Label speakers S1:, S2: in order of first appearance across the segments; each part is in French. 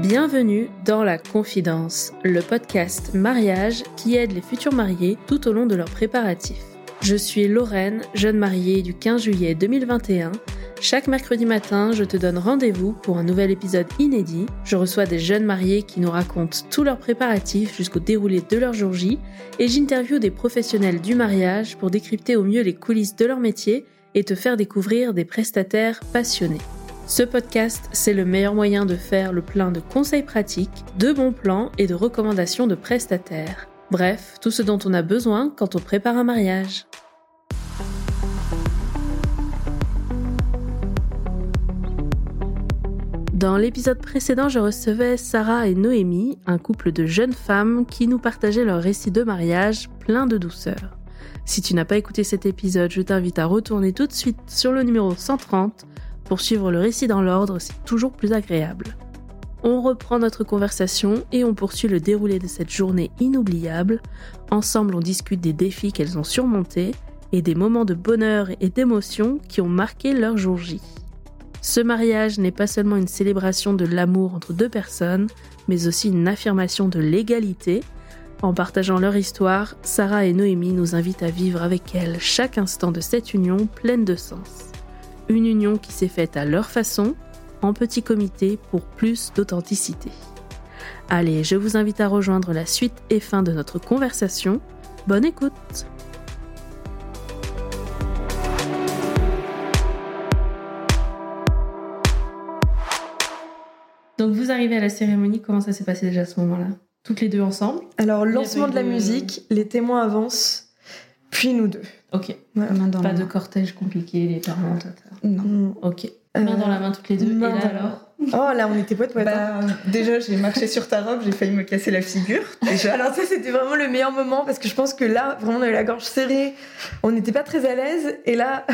S1: Bienvenue dans La Confidence, le podcast mariage qui aide les futurs mariés tout au long de leurs préparatifs. Je suis Lorraine, jeune mariée du 15 juillet 2021. Chaque mercredi matin, je te donne rendez-vous pour un nouvel épisode inédit. Je reçois des jeunes mariés qui nous racontent tous leurs préparatifs jusqu'au déroulé de leur jour J et j'interviewe des professionnels du mariage pour décrypter au mieux les coulisses de leur métier et te faire découvrir des prestataires passionnés. Ce podcast, c'est le meilleur moyen de faire le plein de conseils pratiques, de bons plans et de recommandations de prestataires. Bref, tout ce dont on a besoin quand on prépare un mariage. Dans l'épisode précédent, je recevais Sarah et Noémie, un couple de jeunes femmes qui nous partageaient leur récit de mariage plein de douceur. Si tu n'as pas écouté cet épisode, je t'invite à retourner tout de suite sur le numéro 130 pour suivre le récit dans l'ordre, c'est toujours plus agréable. On reprend notre conversation et on poursuit le déroulé de cette journée inoubliable. Ensemble, on discute des défis qu'elles ont surmontés et des moments de bonheur et d'émotion qui ont marqué leur jour J. Ce mariage n'est pas seulement une célébration de l'amour entre deux personnes, mais aussi une affirmation de l'égalité. En partageant leur histoire, Sarah et Noémie nous invitent à vivre avec elles chaque instant de cette union pleine de sens une union qui s'est faite à leur façon, en petit comité pour plus d'authenticité. Allez, je vous invite à rejoindre la suite et fin de notre conversation. Bonne écoute Donc vous arrivez à la cérémonie, comment ça s'est passé déjà à ce moment-là Toutes les deux ensemble
S2: Alors lancement de la musique, les témoins avancent, puis nous deux.
S1: Ok.
S2: Ouais.
S3: Main dans
S1: Pas
S3: la
S1: de
S3: main.
S1: cortège compliqué, les parents, tata.
S3: Non.
S2: Mm.
S1: Ok.
S2: Euh,
S1: Main dans la main toutes les deux. Et
S2: main
S1: là
S2: dans-
S1: alors
S2: Oh là, on était poète poète.
S3: Bah, déjà, j'ai marché sur ta robe, j'ai failli me casser la figure. Déjà.
S2: Alors ça c'était vraiment le meilleur moment parce que je pense que là vraiment on avait la gorge serrée, on n'était pas très à l'aise et là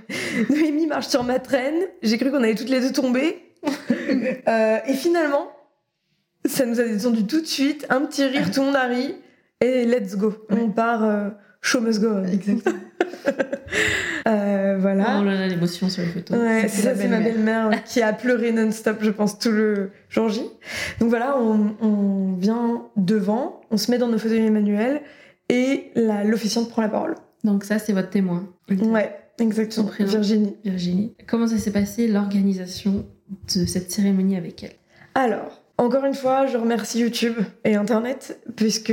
S2: Noémie marche sur ma traîne, j'ai cru qu'on allait toutes les deux tomber Euh, et finalement ça nous a détendu tout de suite, un petit rire, tout le monde a ri et let's go, on part, euh, show must go.
S3: Exactement.
S2: Euh, voilà.
S1: Oh là là, l'émotion sur les photos.
S2: Ouais,
S3: C'était
S2: c'est ça,
S3: la
S2: c'est ma belle-mère hein, qui a pleuré non-stop, je pense, tout le jour J. Donc voilà, on, on vient devant, on se met dans nos fauteuils Emmanuel et la- l'officiante prend la parole.
S1: Donc ça, c'est votre témoin.
S2: Ouais, exactement,
S1: Mmh. Son prénom.
S2: Virginie.
S1: Virginie, comment ça s'est passé l'organisation de cette cérémonie avec elle
S2: Alors, encore une fois, je remercie YouTube et Internet, puisque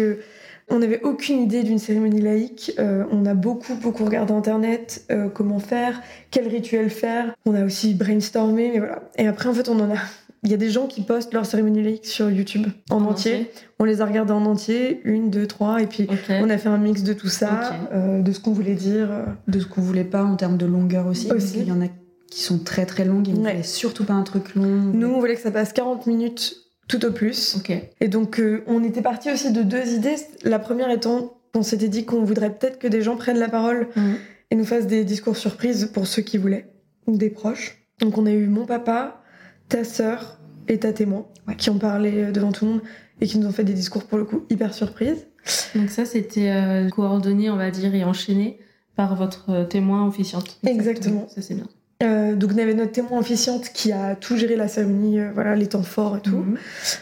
S2: on n'avait aucune idée d'une cérémonie laïque. Euh, on a beaucoup, beaucoup regardé Internet, euh, comment faire, quel rituel faire. On a aussi brainstormé, mais voilà. Et après, en fait, on en a. Il y a des gens qui postent leur cérémonie laïque sur YouTube en, entier. On les a regardés en entier, une, deux, trois, et puis
S1: Ok.
S2: on a fait un mix de tout ça,
S1: Ok.
S2: euh, de ce qu'on voulait dire. euh.
S3: De ce qu'on voulait pas en termes de longueur aussi.
S2: Aussi.
S3: Il y en a qui sont très très longues et on
S2: Ouais.
S3: voulait surtout pas un truc long.
S2: Nous, on voulait que ça passe 40 minutes tout au plus.
S1: Ok.
S2: Et donc, euh, on était parti aussi de deux idées. La première étant qu'on s'était dit qu'on voudrait peut-être que des gens prennent la parole
S1: Mhm.
S2: et nous fassent des discours surprises pour ceux qui voulaient, ou des proches. Donc, on a eu mon papa, ta sœur et ta témoin
S3: Ouais.
S2: qui ont parlé euh, devant tout le monde et qui nous ont fait des discours pour le coup hyper surprises.
S1: Donc ça, c'était euh, coordonné, on va dire, et enchaîné par votre euh, témoin officiante.
S2: Exactement.
S1: Ça, c'est bien.
S2: Euh, donc on avait notre témoin officiante qui a tout géré la cérémonie, euh, voilà les temps forts et tout.
S1: Mhm.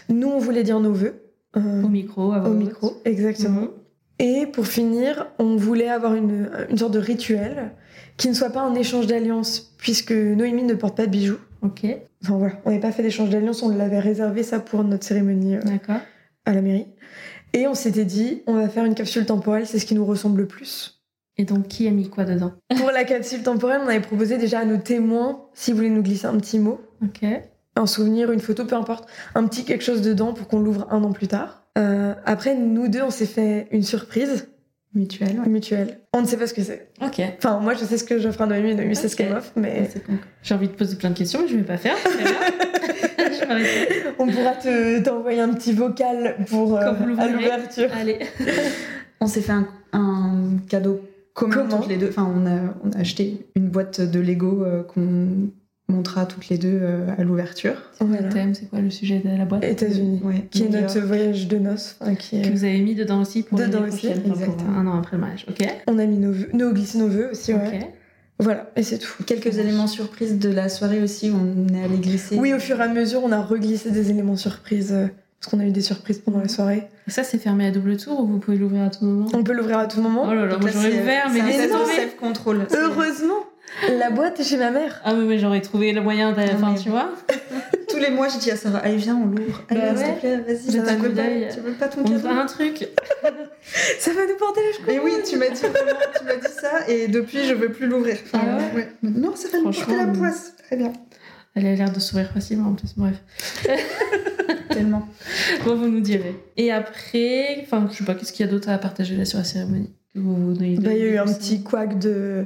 S2: Nous on voulait dire nos vœux euh,
S1: Au micro, à voix
S2: Mm. au
S1: haute.
S2: micro, exactement.
S1: Mhm.
S2: Et pour finir, on voulait avoir une, une sorte de rituel qui ne soit pas un échange d'alliances puisque Noémie ne porte pas de bijoux.
S1: Ok,
S2: Enfin voilà, on n'avait pas fait d'échange d'alliances, on l'avait réservé ça pour notre cérémonie euh,
S1: d'accord.
S2: à la mairie. Et on s'était dit, on va faire une capsule temporelle, c'est ce qui nous ressemble le plus.
S1: Et donc, qui a mis quoi dedans
S2: pour la capsule temporelle, on avait proposé déjà à nos témoins s'ils voulaient nous glisser un petit mot.
S1: Ok.
S2: un souvenir, une photo, peu importe, un petit quelque chose dedans pour qu'on l'ouvre un an plus tard. Euh, après, nous deux, on s'est fait une surprise
S3: Mutuelle. ouais.
S2: mutuelle. On ne sait pas ce que c'est.
S1: Ok.
S2: Enfin, moi, je sais ce que j'offre à Noémie, Noémie sait ce
S1: Ok.
S2: qu'elle m'offre, mais
S1: J'ai envie de poser plein de questions, mais je ne vais pas faire. c'est bien. je vais m'arrêter.
S2: on pourra te t'envoyer un petit vocal pour euh,
S1: Quand vous l'ouvrirez.
S2: à l'ouverture.
S1: Allez.
S3: On s'est fait un, un cadeau commun
S2: Commun.
S3: toutes les deux. Enfin, on a, on a acheté une boîte de Lego euh, qu'on montra toutes les deux euh, à l'ouverture.
S1: Le
S2: Voilà.
S1: thème, c'est quoi le sujet de la boîte
S2: États-Unis,
S3: Ouais.
S2: qui est
S3: Donc,
S2: notre voyage de noces. enfin, qui est-
S1: Que vous avez mis dedans aussi pour
S2: Dedans
S1: l'année
S2: aussi,
S1: prochaine, enfin, pour
S3: exactement.
S1: un an après le mariage. Ok.
S2: On a mis nos, vœux- nos glissés, nos vœux aussi, ouais.
S1: Ok.
S2: Voilà, et c'est tout.
S3: euh, Quelques éléments surprises de la soirée aussi, où on est allé glisser.
S2: Oui, au fur et à mesure, on a reglissé des éléments surprises, euh, parce qu'on a eu des surprises pendant la soirée.
S1: Et ça, c'est fermé à double tour ou vous pouvez l'ouvrir à tout moment
S2: On peut l'ouvrir à tout moment.
S1: Oh là là,
S3: Donc
S1: moi
S3: là,
S1: j'aurais
S3: c'est- euh,
S1: ouvert, mais
S3: c'est un
S1: laissez
S3: test de
S1: tomber.
S3: self-control. C'est-
S2: Heureusement, la boîte est chez ma mère.
S1: Ah, mais, mais j'aurais trouvé le moyen d'aller.
S3: Non,
S1: Enfin,
S3: mais-
S1: tu vois.
S3: Tous les mois, je dis à Sarah, allez, viens, on l'ouvre. Allez,
S1: Bah
S3: s'il
S1: ouais.
S3: te plaît, vas-y,
S1: Jette
S3: ça
S1: un
S3: va
S1: coup
S3: te
S1: d'œil.
S3: Tu veux pas ton
S1: On
S3: cadeau
S1: a un truc.
S2: Ça va nous porter la chocolat.
S3: Mais oui, tu m'as dit, vraiment, tu m'as dit ça, et depuis, je veux plus l'ouvrir. Enfin,
S1: Ah ouais
S3: ouais. Non, ça va nous porter la
S1: Franchement,
S3: poisse. Très bien.
S1: Elle a l'air de sourire facilement en plus, bref.
S3: Tellement.
S1: Bon, vous nous direz. Et après, enfin, je sais pas, qu'est-ce qu'il y a d'autre à partager là sur la cérémonie Que vous vous donnez
S2: Bah, il y a eu un
S1: des-
S2: petit couac de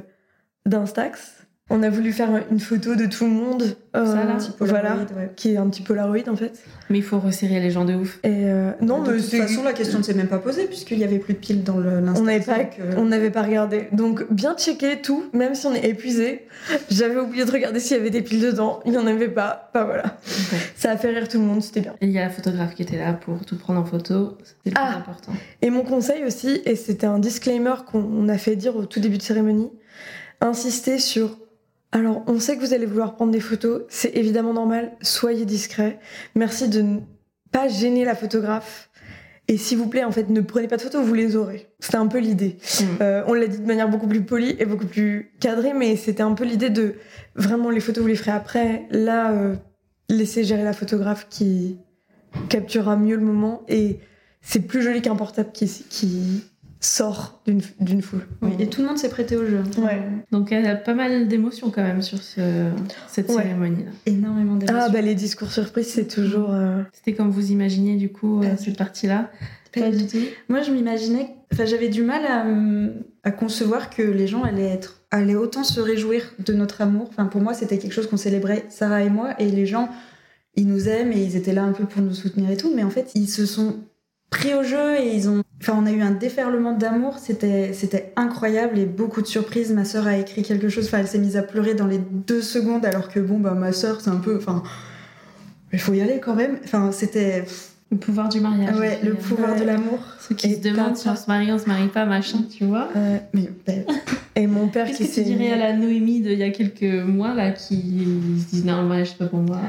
S2: d'Instax. On a voulu faire une photo de tout le monde. euh,
S1: Ça, là.
S3: Petit
S2: voilà.
S3: Polaroid, ouais.
S2: Qui est un petit Polaroid en fait.
S1: Mais il faut resserrer les gens de ouf.
S2: Et euh, non,
S3: de
S2: mais
S3: toute
S2: c'est-
S3: façon, la question ne s'est même pas posée, puisqu'il n'y avait plus de piles dans le- l'instant.
S2: on n'avait pas,
S3: Donc, euh,
S2: on n'avait pas regardé. Donc bien checker tout, même si on est épuisé. J'avais oublié de regarder s'il y avait des piles dedans. Il n'y en avait pas. Bah voilà.
S1: Bon.
S2: Ça a fait rire tout le monde. C'était bien.
S1: Et il y a la photographe qui était là pour tout prendre en photo. C'était le
S2: Ah.
S1: plus important.
S2: Et mon conseil aussi, et c'était un disclaimer qu'on a fait dire au tout début de cérémonie, insister sur. Alors, on sait que vous allez vouloir prendre des photos, c'est évidemment normal, soyez discret. Merci de ne pas gêner la photographe. Et s'il vous plaît, en fait, ne prenez pas de photos, vous les aurez. C'était un peu l'idée.
S1: Mm.
S2: Euh, on l'a dit de manière beaucoup plus polie et beaucoup plus cadrée, mais c'était un peu l'idée de vraiment les photos, vous les ferez après. Là, euh, laissez gérer la photographe qui capturera mieux le moment et c'est plus joli qu'un portable qui, qui sort d'une d'une foule.
S3: oui, et tout le monde s'est prêté au jeu.
S2: Ouais.
S1: Donc elle a pas mal d'émotions quand même sur ce- cette
S2: Ouais.
S1: cérémonie-là.
S3: Énormément d'émotions.
S2: Ah bah les discours surprises c'est toujours euh,
S1: C'était comme vous imaginiez du coup euh,
S3: Pas du
S1: cette partie-là.
S3: Pas du
S1: tout.
S3: Moi, je m'imaginais. Enfin, j'avais du mal à, euh, à concevoir que les gens allaient être, allaient autant se réjouir de notre amour. Enfin, pour moi, c'était quelque chose qu'on célébrait Sarah et moi, et les gens, ils nous aiment et ils étaient là un peu pour nous soutenir et tout. Mais en fait, ils se sont pris au jeu et ils ont. Enfin, on a eu un déferlement d'amour. C'était, c'était incroyable et beaucoup de surprises. Ma sœur a écrit quelque chose. Enfin, elle s'est mise à pleurer dans les deux secondes, alors que bon, bah, ma sœur, c'est un peu. Enfin, il faut y aller quand même. Enfin, c'était.
S1: Le pouvoir du mariage.
S3: Ouais, le
S1: Euh,
S3: pouvoir de l'amour.
S1: Ceux qui
S2: Et
S1: se demandent
S2: plein
S1: si on
S2: de-
S1: se marie, on se marie pas, machin, tu vois.
S2: euh,
S3: Mais ben,
S2: et mon père
S1: Qu'est-ce
S2: qui
S1: que tu
S2: s'est
S1: dirais à la Noémie d'il y a quelques mois là qui se disent non, ouais, je sais pas pour moi.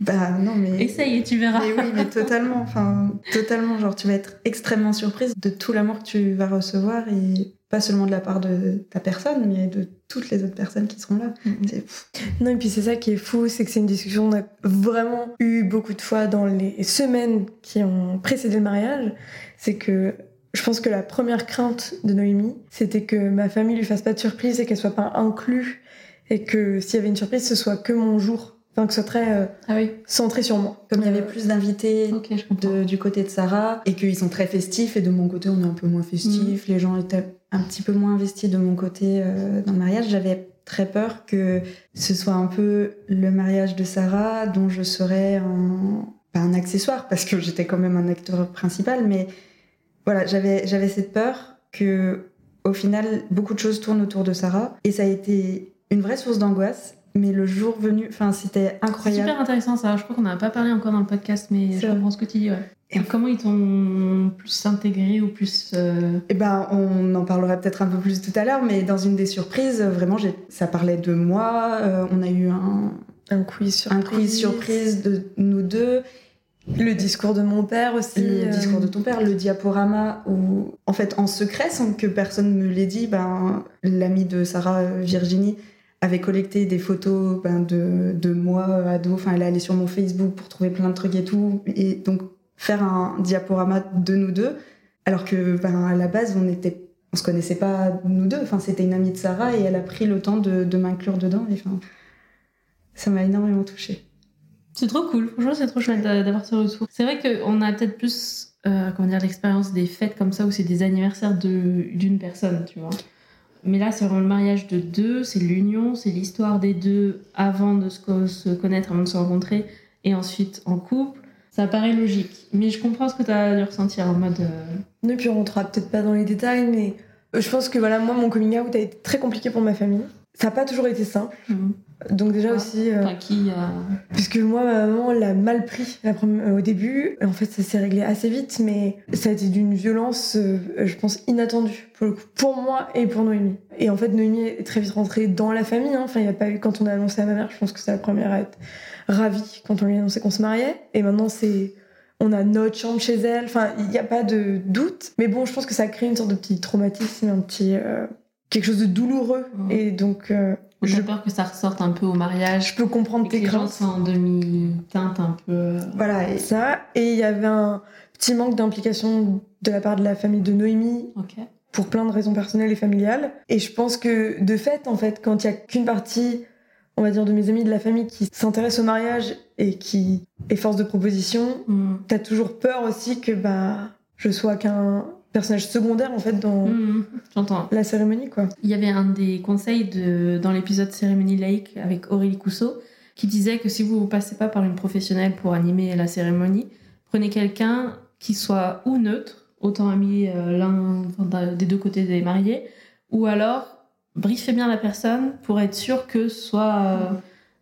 S3: bah non mais.
S1: Essaye et tu verras.
S3: Mais oui, mais totalement. Enfin, totalement. Genre, tu vas être extrêmement surprise de tout l'amour que tu vas recevoir et pas seulement de la part de ta personne, mais de toutes les autres personnes qui seront là. C'est- pff.
S2: Non, et puis c'est ça qui est fou, c'est que c'est une discussion qu'on a vraiment eu beaucoup de fois dans les semaines qui ont précédé le mariage. C'est que je pense que la première crainte de Noémie, c'était que ma famille lui fasse pas de surprise et qu'elle soit pas inclue. Et que s'il y avait une surprise, ce soit que mon jour. Enfin, que ce soit très euh,
S1: Ah oui,
S2: centré sur moi.
S3: Comme il y avait
S2: Euh,
S3: plus d'invités
S1: ok, je comprends.
S3: de- du côté de Sarah et qu'ils sont très festifs et de mon côté, on est un peu moins festif.
S1: Mm.
S3: Les gens étaient un petit peu moins investis de mon côté euh, dans le mariage. J'avais très peur que ce soit un peu le mariage de Sarah dont je serais un, pas un accessoire parce que j'étais quand même un acteur principal, mais voilà, j'avais j'avais cette peur que au final beaucoup de choses tournent autour de Sarah et ça a été une vraie source d'angoisse. Mais le jour venu, enfin c'était
S1: C'est
S3: incroyable.
S1: super intéressant ça. Je crois qu'on n'a pas parlé encore dans le podcast, mais je
S3: C'est vrai.
S1: comprends ce que tu dis. ouais.
S3: Et-
S1: Et comment ils t'ont plus intégré ou plus. euh,
S3: Eh ben, on en parlera peut-être un peu plus tout à l'heure, mais dans une des surprises, euh, vraiment, j'ai- ça parlait de moi. euh, on a eu un,
S2: Un quiz sur
S3: un quiz surprise de nous deux,
S2: Le discours de mon père aussi.
S3: le
S2: euh,
S3: discours de ton père, le diaporama où, en fait, en secret, sans que personne me l'ait dit, ben, l'ami de Sarah, euh, Virginie, avait collecté des photos ben, de, de moi euh, ado. Enfin, elle est allée sur mon Facebook pour trouver plein de trucs et tout, et donc faire un diaporama de nous deux. Alors que ben, à la base, on était, on se connaissait pas nous deux. Enfin, c'était une amie de Sarah et elle a pris le temps de, de m'inclure dedans. Et, enfin, ça m'a énormément touchée.
S1: C'est trop cool. Franchement, c'est trop chouette d'a- d'avoir ce retour. C'est vrai qu'on a peut-être plus, euh, comment dire, l'expérience des fêtes comme ça où c'est des anniversaires de- d'une personne, tu vois. Mais là, c'est vraiment le mariage de deux, c'est l'union, c'est l'histoire des deux avant de se, co- se connaître, avant de se rencontrer, et ensuite en couple. Ça paraît logique. Mais je comprends ce que tu as dû ressentir en mode. euh,
S2: Et euh, puis on rentrera peut-être pas dans les détails, mais je pense que voilà, moi, mon coming out a été très compliqué pour ma famille. Ça n'a pas toujours été simple.
S1: Mhm.
S2: Donc déjà
S1: Ah.
S2: aussi, euh,
S1: Enfin, qui a.
S2: puisque moi, ma maman l'a mal pris la première- euh, au début. En fait, ça s'est réglé assez vite, mais ça a été d'une violence, euh, je pense, inattendue pour le coup, pour moi et pour Noémie. Et en fait, Noémie est très vite rentrée dans la famille. hein. Enfin, il n'y a pas eu quand on a annoncé à ma mère. Je pense que c'est la première à être ravie quand on lui a annoncé qu'on se mariait. Et maintenant, c'est on a notre chambre chez elle. Enfin, il n'y a pas de doute. Mais bon, je pense que ça crée une sorte de petit traumatisme, un petit euh, quelque chose de douloureux.
S1: Ouais.
S2: Et donc. euh,
S1: J'ai
S2: je
S1: peur que ça ressorte un peu au
S2: je
S1: mariage.
S2: peux comprendre
S1: Et que
S2: tes
S1: les gens
S2: craintes.
S1: soient en demi-teinte un peu. euh.
S3: Voilà, et-
S2: Ça, et il y avait un petit manque d'implication de la part de la famille de Noémie
S1: Ok.
S2: pour plein de raisons personnelles et familiales. Et je pense que, de fait, en fait, quand il y a qu'une partie, on va dire, de mes amis de la famille qui s'intéresse au mariage et qui est force de proposition,
S1: Hmm.
S2: t'as toujours peur aussi que bah, je sois qu'un personnage secondaire, en fait, dans
S1: Hmm. J'entends.
S2: la cérémonie, quoi.
S1: Il y avait un des conseils de, dans l'épisode Cérémonie laïque avec Aurélie Cousseau qui disait que si vous ne passez pas par une professionnelle pour animer la cérémonie, prenez quelqu'un qui soit ou neutre, autant ami euh, l'un enfin, d'un- des deux côtés des mariés, ou alors briefez bien la personne pour être sûr que ce soit euh,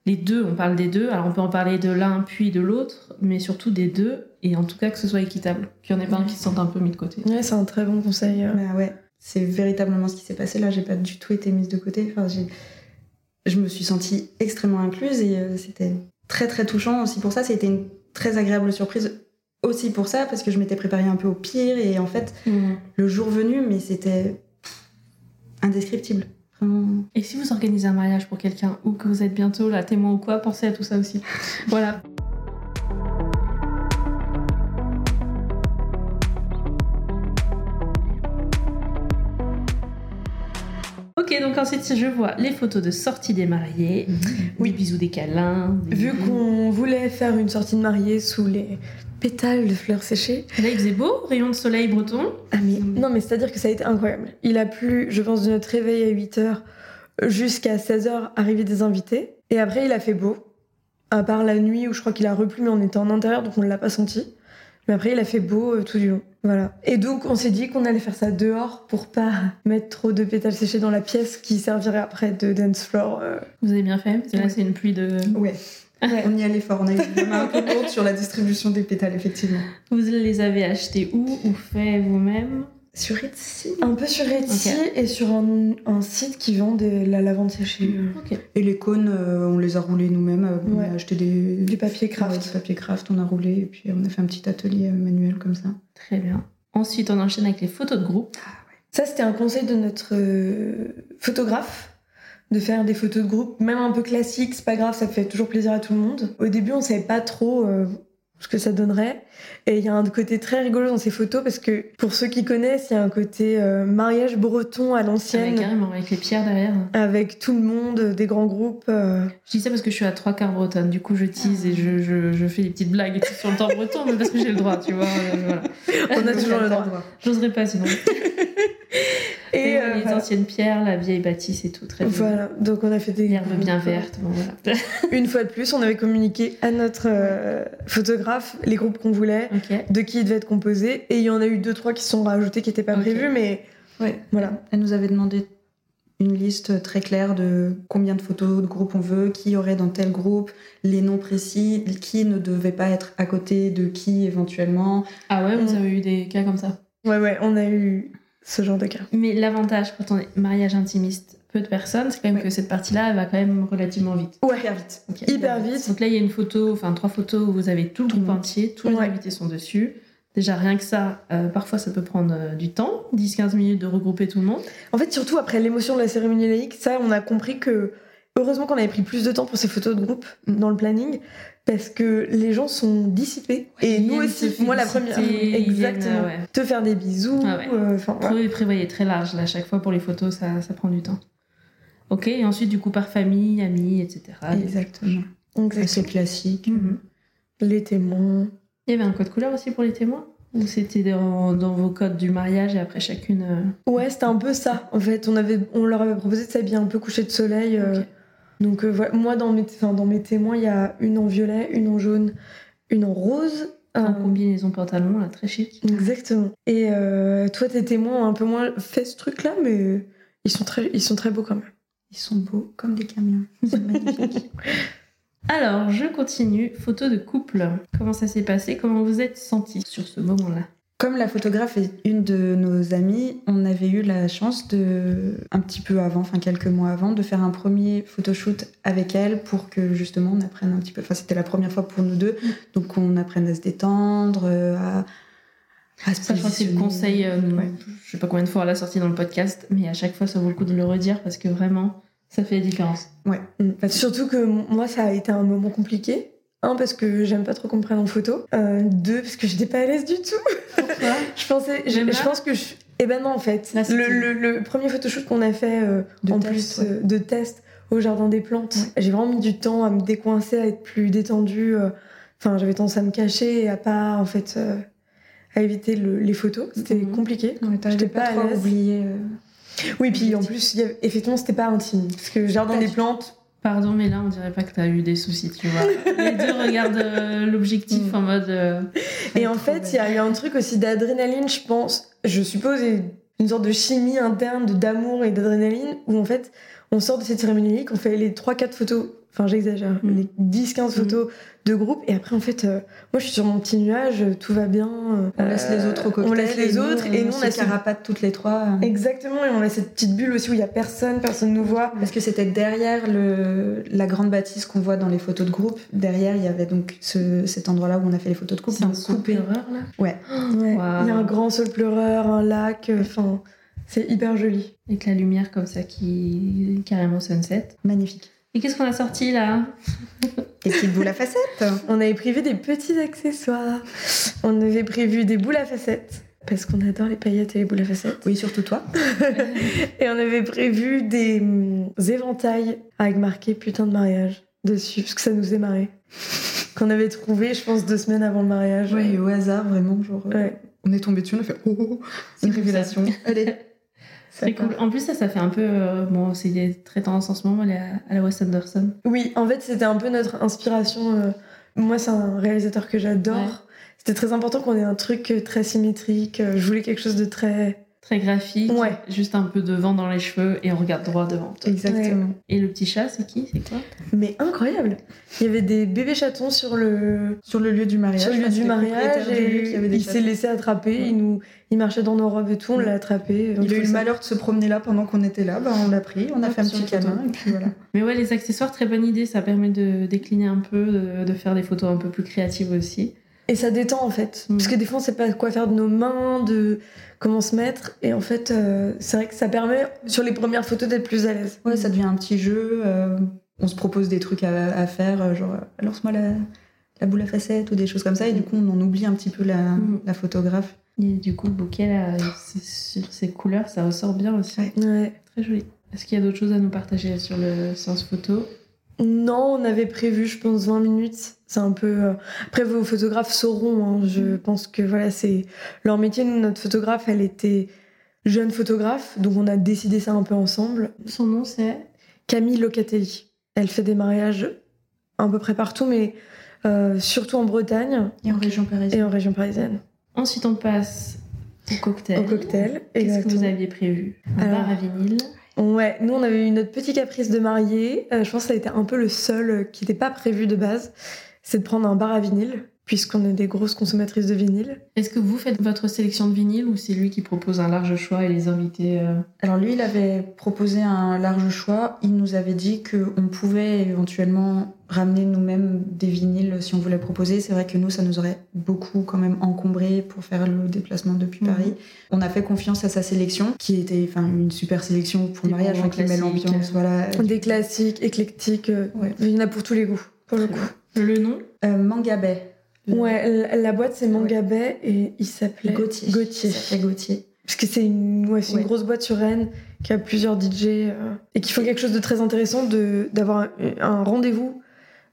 S1: les deux, on parle des deux, alors on peut en parler de l'un puis de l'autre, mais surtout des deux, et en tout cas que ce soit équitable, qu'il n'y en ait pas un qui se sente un peu mis de côté.
S2: Ouais, c'est un très bon conseil. euh.
S3: Bah ouais, c'est véritablement ce qui s'est passé là. J'ai pas du tout été mise de côté. Enfin, j'ai- je me suis sentie extrêmement incluse et euh, c'était très très touchant aussi pour ça. C'était une très agréable surprise aussi pour ça parce que je m'étais préparée un peu au pire et en fait le jour venu, mais c'était indescriptible. Vraiment.
S1: Et si vous organisez un mariage pour quelqu'un ou que vous êtes bientôt la témoin ou quoi, pensez à tout ça aussi. voilà. Ok, donc ensuite je vois les photos de sortie des mariés, oui.
S2: Oui.
S1: des bisous, des câlins. des-
S2: Vu qu'on voulait faire une sortie de mariée sous les pétales de fleurs séchées,
S1: Là il faisait beau, rayon de soleil breton.
S2: Ah mais non mais c'est-à-dire que ça a été incroyable. Il a plu, je pense, de notre réveil à 8h jusqu'à 16h, arrivée des invités. Et après, il a fait beau. À part la nuit où je crois qu'il a replu, mais on était en intérieur, donc on ne l'a pas senti. Mais après, il a fait beau euh, tout du long. Voilà. Et donc, on s'est dit qu'on allait faire ça dehors pour pas mettre trop de pétales séchés dans la pièce qui servirait après de dance floor. euh.
S1: Vous avez bien fait, parce que là c'est une pluie de...
S3: Ouais. On y allait fort, on a eu une main un peu lourde sur la distribution des pétales, effectivement.
S1: Vous les avez achetés où ou fait vous-même
S3: Sur Etsy.
S2: Un peu sur Etsy et sur un, un site qui vend de la lavande séchée. euh,
S1: Ok.
S3: Et les cônes, euh, on les a roulés nous-mêmes. euh, On
S2: Ouais.
S3: a acheté des...
S2: Du papier craft.
S3: Ouais, du papier craft, on a roulé et puis on a fait un petit atelier euh, manuel comme ça.
S1: Très bien. Ensuite on enchaîne avec les photos de groupe.
S2: Ça, c'était un conseil de notre euh, photographe de faire des photos de groupe, même un peu classiques, c'est pas grave, ça fait toujours plaisir à tout le monde. Au début, on savait pas trop euh, ce que ça donnerait. Et il y a un côté très rigolo dans ces photos parce que pour ceux qui connaissent, il y a un côté euh, mariage breton à
S1: Ouais,
S2: l'ancienne
S1: carrément, avec les pierres derrière.
S2: avec tout le monde, des grands groupes. euh.
S1: Je dis ça parce que je suis à trois quarts bretonne, du coup je tease et je, je- je fais des petites blagues et tout sur le temps breton, mais parce que j'ai le droit, tu vois. euh, voilà.
S2: On a toujours le droit.
S1: J'oserais pas sinon.
S2: Et
S1: Et
S2: euh,
S1: les
S2: voilà.
S1: anciennes pierres, la vieille bâtisse et tout, très bien.
S2: Voilà, donc on a fait des
S1: L'herbe bien verte, bon voilà.
S2: Une fois de plus, on avait communiqué à notre euh, photographe les groupes qu'on voulait,
S1: ok.
S2: de qui il devait être composé. Et il y en a eu deux, trois qui se sont rajoutés qui n'étaient pas
S1: Ok.
S2: prévus, mais
S3: Ouais.
S2: voilà.
S3: Elle nous avait demandé une liste très claire de combien de photos de groupe on veut, qui y aurait dans tel groupe, les noms précis, qui ne devait pas être à côté de qui éventuellement.
S1: Ah ouais,
S2: Mm.
S1: vous avez eu des cas comme ça.
S2: Ouais, ouais, on a eu ce genre de cas.
S1: Mais l'avantage quand on est mariage intimiste, peu de personnes, c'est quand même
S2: Ouais.
S1: que cette partie-là, elle va quand même relativement vite.
S2: Ouais,
S3: Hyper vite.
S1: Ok.
S2: hyper vite.
S1: Donc là, il y a une photo, enfin trois photos où vous avez tout le groupe
S3: Mhm.
S1: entier, tous les
S2: Ouais.
S1: invités sont dessus. Déjà, rien que ça, euh, parfois ça peut prendre euh, du temps, 10-15 minutes de regrouper tout le monde.
S2: En fait, surtout après l'émotion de la cérémonie laïque, ça, on a compris que heureusement qu'on avait pris plus de temps pour ces photos de groupe
S1: Mm.
S2: dans le planning, parce que les gens sont dissipés. Et
S1: Ils
S2: nous
S1: viennent
S2: aussi,
S1: te
S2: moi la
S1: féliciter,
S2: première.
S1: ils viennent,
S2: Exactement.
S1: euh, ouais.
S2: Te faire des bisous.
S1: Ah ouais.
S2: euh, enfin, voilà.
S1: Pré- Prévoyez très large, là, à chaque fois pour les photos, ça, ça prend du temps. Ok, et ensuite, du coup, par famille, amis, etc.
S3: Exactement.
S2: Exactement.
S3: C'est classique.
S1: Mhm.
S2: Les témoins.
S1: Il y avait un code couleur aussi pour les témoins Ou c'était dans, dans vos codes du mariage et après chacune. euh,
S2: Ouais, c'était un peu ça. En fait, on, avait, on leur avait proposé de s'habiller un peu couché de soleil. euh,
S1: ok.
S2: Donc euh, voilà, moi dans mes, enfin, dans mes témoins, il y a une en violet, une en jaune, une en rose.
S1: En
S2: euh,
S1: combinaison pantalon, là, très chic.
S2: exactement. Et euh, toi, tes témoins ont un peu moins fait ce truc-là, mais ils sont très, ils sont très beaux quand même.
S3: Ils sont beaux comme des camions. C'est magnifique.
S1: Alors, je continue. Photo de couple. Comment ça s'est passé Comment vous êtes senti sur ce moment-là
S3: Comme la photographe est une de nos amies, on avait eu la chance de, un petit peu avant, enfin quelques mois avant, de faire un premier photoshoot avec elle pour que justement on apprenne un petit peu. Enfin, c'était la première fois pour nous deux, donc on apprenne à se détendre, euh, à, à se
S1: Ça, je crois que c'est le
S3: positionner.
S1: conseil, euh,
S3: Ouais.
S1: je sais pas combien de fois on l'a sorti dans le podcast, mais à chaque fois, ça vaut le coup de le redire parce que vraiment, ça fait la différence.
S3: Ouais. Mm. Parce que
S2: Surtout que m- moi, ça a été un moment compliqué. Un, parce que j'aime pas trop qu'on me prenne en photo. Euh, deux, parce que j'étais pas à l'aise du tout.
S1: Pourquoi
S2: Je pensais, je,
S1: Même là
S2: je pense que je. Eh ben non, en fait.
S1: Là, c'était-
S2: le, le- le premier photoshoot qu'on a fait euh,
S3: Ah, De
S2: en
S3: test,
S2: plus
S3: ouais.
S2: euh, de test au jardin des plantes,
S3: Ouais.
S2: j'ai vraiment mis du temps à me décoincer, à être plus détendue. euh, Enfin, j'avais tendance à me cacher et à pas, en fait, euh, à éviter le- les photos. C'était
S1: Mhm.
S2: compliqué.
S3: Ouais, t'arrivais
S2: J'étais
S3: pas,
S2: pas à
S3: trop à
S2: l'aise.
S3: oublier. euh,
S2: Oui, puis en plus, il y avait- effectivement, c'était pas intime. Parce que jardin
S3: Pas
S2: des
S3: du-
S2: plantes,
S1: Pardon, mais là, on dirait pas que t'as eu des soucis, tu vois. Les deux regardent euh, l'objectif
S3: Mm.
S1: en mode. euh,
S2: Et en
S3: trop
S2: fait, il y a eu un truc aussi d'adrénaline, je pense, je suppose, et une sorte de chimie interne de- d'amour et d'adrénaline, où en fait, on sort de cette cérémonie lyrique, on fait les 3-4 photos, enfin j'exagère,
S1: Mm.
S2: les 10-15 photos de groupe, et après, en fait, euh, moi je suis sur mon petit nuage, euh, tout va bien. euh,
S3: On laisse les autres au
S2: On
S3: cocktail.
S2: laisse les
S3: nous,
S2: autres, et nous on
S3: se
S2: a ce-
S3: carapate toutes les trois. euh,
S2: Exactement, et on a cette petite bulle aussi où il y a personne, personne nous voit.
S3: Parce que c'était derrière le, la grande bâtisse qu'on voit dans les photos de groupe. Derrière, il y avait donc ce, cet endroit-là où on a fait les photos de groupe.
S1: C'est un
S3: donc coupé.
S1: coupé erreur, là
S2: Ouais. Il
S1: Waouh.
S2: y a un grand sol pleureur, un lac, euh, enfin, c'est hyper joli.
S1: Avec la lumière comme ça qui. carrément sunset.
S3: Magnifique.
S1: Et qu'est-ce qu'on a sorti là
S3: Et petite boule à facettes.
S2: On avait prévu des petits accessoires. On avait prévu des boules à facettes. Parce qu'on adore les paillettes et les boules à facettes.
S3: Oui, surtout toi.
S2: Et on avait prévu des hum, éventails avec marqué putain de mariage dessus. Parce que ça nous est marré. Qu'on avait trouvé, je pense, deux semaines avant le mariage.
S3: Ouais, et au hasard, vraiment. genre euh,
S2: Ouais.
S3: On est tombé dessus, on a fait oh, oh, oh, une
S1: C'est
S3: révélation. Allez.
S1: Très cool. En plus, ça, ça fait un peu. euh, bon, c'est très tendance en ce moment, la- à la Wes Anderson.
S2: Oui, en fait, c'était un peu notre inspiration. euh, Moi, c'est un réalisateur que j'adore.
S1: Ouais.
S2: C'était très important qu'on ait un truc euh, très symétrique. Euh, Je voulais quelque chose de très.
S1: Très graphique.
S2: Ouais.
S1: Juste un peu de vent dans les cheveux et on regarde droit devant.
S3: Exactement.
S1: Et le petit chat, c'est qui C'est quoi
S2: Mais incroyable! Il y avait des bébés chatons sur le,
S3: Sur le lieu du mariage.
S2: Sur le lieu
S3: parce
S2: du
S3: que le
S2: mariage,
S3: propriétaire du lieu qui
S2: et
S3: avait des
S2: il s'est
S3: chats.
S2: laissé attraper, il, nous, il marchait dans nos robes et tout, on
S3: Ouais.
S2: l'a attrapé.
S3: Mm. Il a eu le malheur de se promener là pendant qu'on était là. Bah, on l'a pris, on a
S1: Hop,
S3: fait un
S1: sur
S3: petit
S1: le photo.
S3: câlin. Et puis voilà.
S1: Mais ouais, les accessoires, très bonne idée. Ça permet de décliner un peu, de, de faire des photos un peu plus créatives aussi.
S2: Et ça détend en fait,
S1: Mm.
S2: parce que des fois on sait pas quoi faire de nos mains, de comment se mettre, et en fait euh, c'est vrai que ça permet sur les premières photos d'être plus à l'aise.
S3: Ouais, ça devient un petit jeu. euh, on se propose des trucs à, à faire, euh, genre euh, lance-moi la, la boule à facettes ou des choses comme ça. Et du coup, on en oublie un petit peu la,
S1: Mm.
S3: la photographe.
S1: Et du coup, le bouquet, là, c'est- sur ses couleurs, ça ressort bien aussi.
S3: Ouais.
S2: Ouais.
S1: Très joli. Est-ce qu'il y a d'autres choses à nous partager sur le sens photo
S2: Non, on avait prévu je pense 20 minutes, c'est un peu... euh, Après vos photographes sauront, hein,
S3: Mm.
S2: je pense que voilà c'est leur métier, Nous, notre photographe elle était jeune photographe, donc on a décidé ça un peu ensemble.
S1: Son nom, c'est
S2: Camille Locatelli. Elle fait des mariages à peu près partout, mais euh, surtout en Bretagne
S3: Et en région parisienne.
S2: et en région parisienne.
S1: Ensuite, on passe au cocktail.
S2: Au cocktail.
S1: Mmh. Qu'est-ce que
S2: exactement.
S1: vous aviez prévu Un
S2: Alors-
S1: bar à vinyle.
S2: Ouais, nous on avait eu notre petit caprice de mariée. Euh, je pense que ça a été un peu le seul euh, qui n'était pas prévu de base. C'est de prendre un bar à vinyle, puisqu'on est des grosses consommatrices de vinyle.
S1: Est-ce que vous faites votre sélection de vinyle ou c'est lui qui propose un large choix et les invités euh,
S3: Alors lui, il avait proposé un large choix. Il nous avait dit qu'on pouvait éventuellement ramener nous-mêmes des vinyles si on voulait proposer. C'est vrai que nous, ça nous aurait beaucoup quand même encombré pour faire le déplacement depuis
S1: Mhm.
S3: Paris. On a fait confiance à sa sélection, qui était enfin une super sélection pour le
S1: Des
S3: mariage,
S1: grands
S3: hein, qui met
S1: classiques.
S3: l'ambiance. Voilà.
S2: Des classiques, éclectiques. euh,
S3: Ouais.
S2: Il y en a pour tous les goûts, pour le
S1: Très
S2: coup.
S1: Le nom
S3: Euh, Manga Bay.
S2: Ouais, la, la boîte c'est Mangabay et il s'appelait
S3: Gauthier.
S2: Gauthier.
S3: Ça s'appelait Gauthier.
S2: Parce que c'est une, ouais, c'est une
S3: Ouais.
S2: grosse boîte sur Rennes qui a plusieurs DJ euh, et qui font quelque chose de très intéressant de d'avoir un, un rendez-vous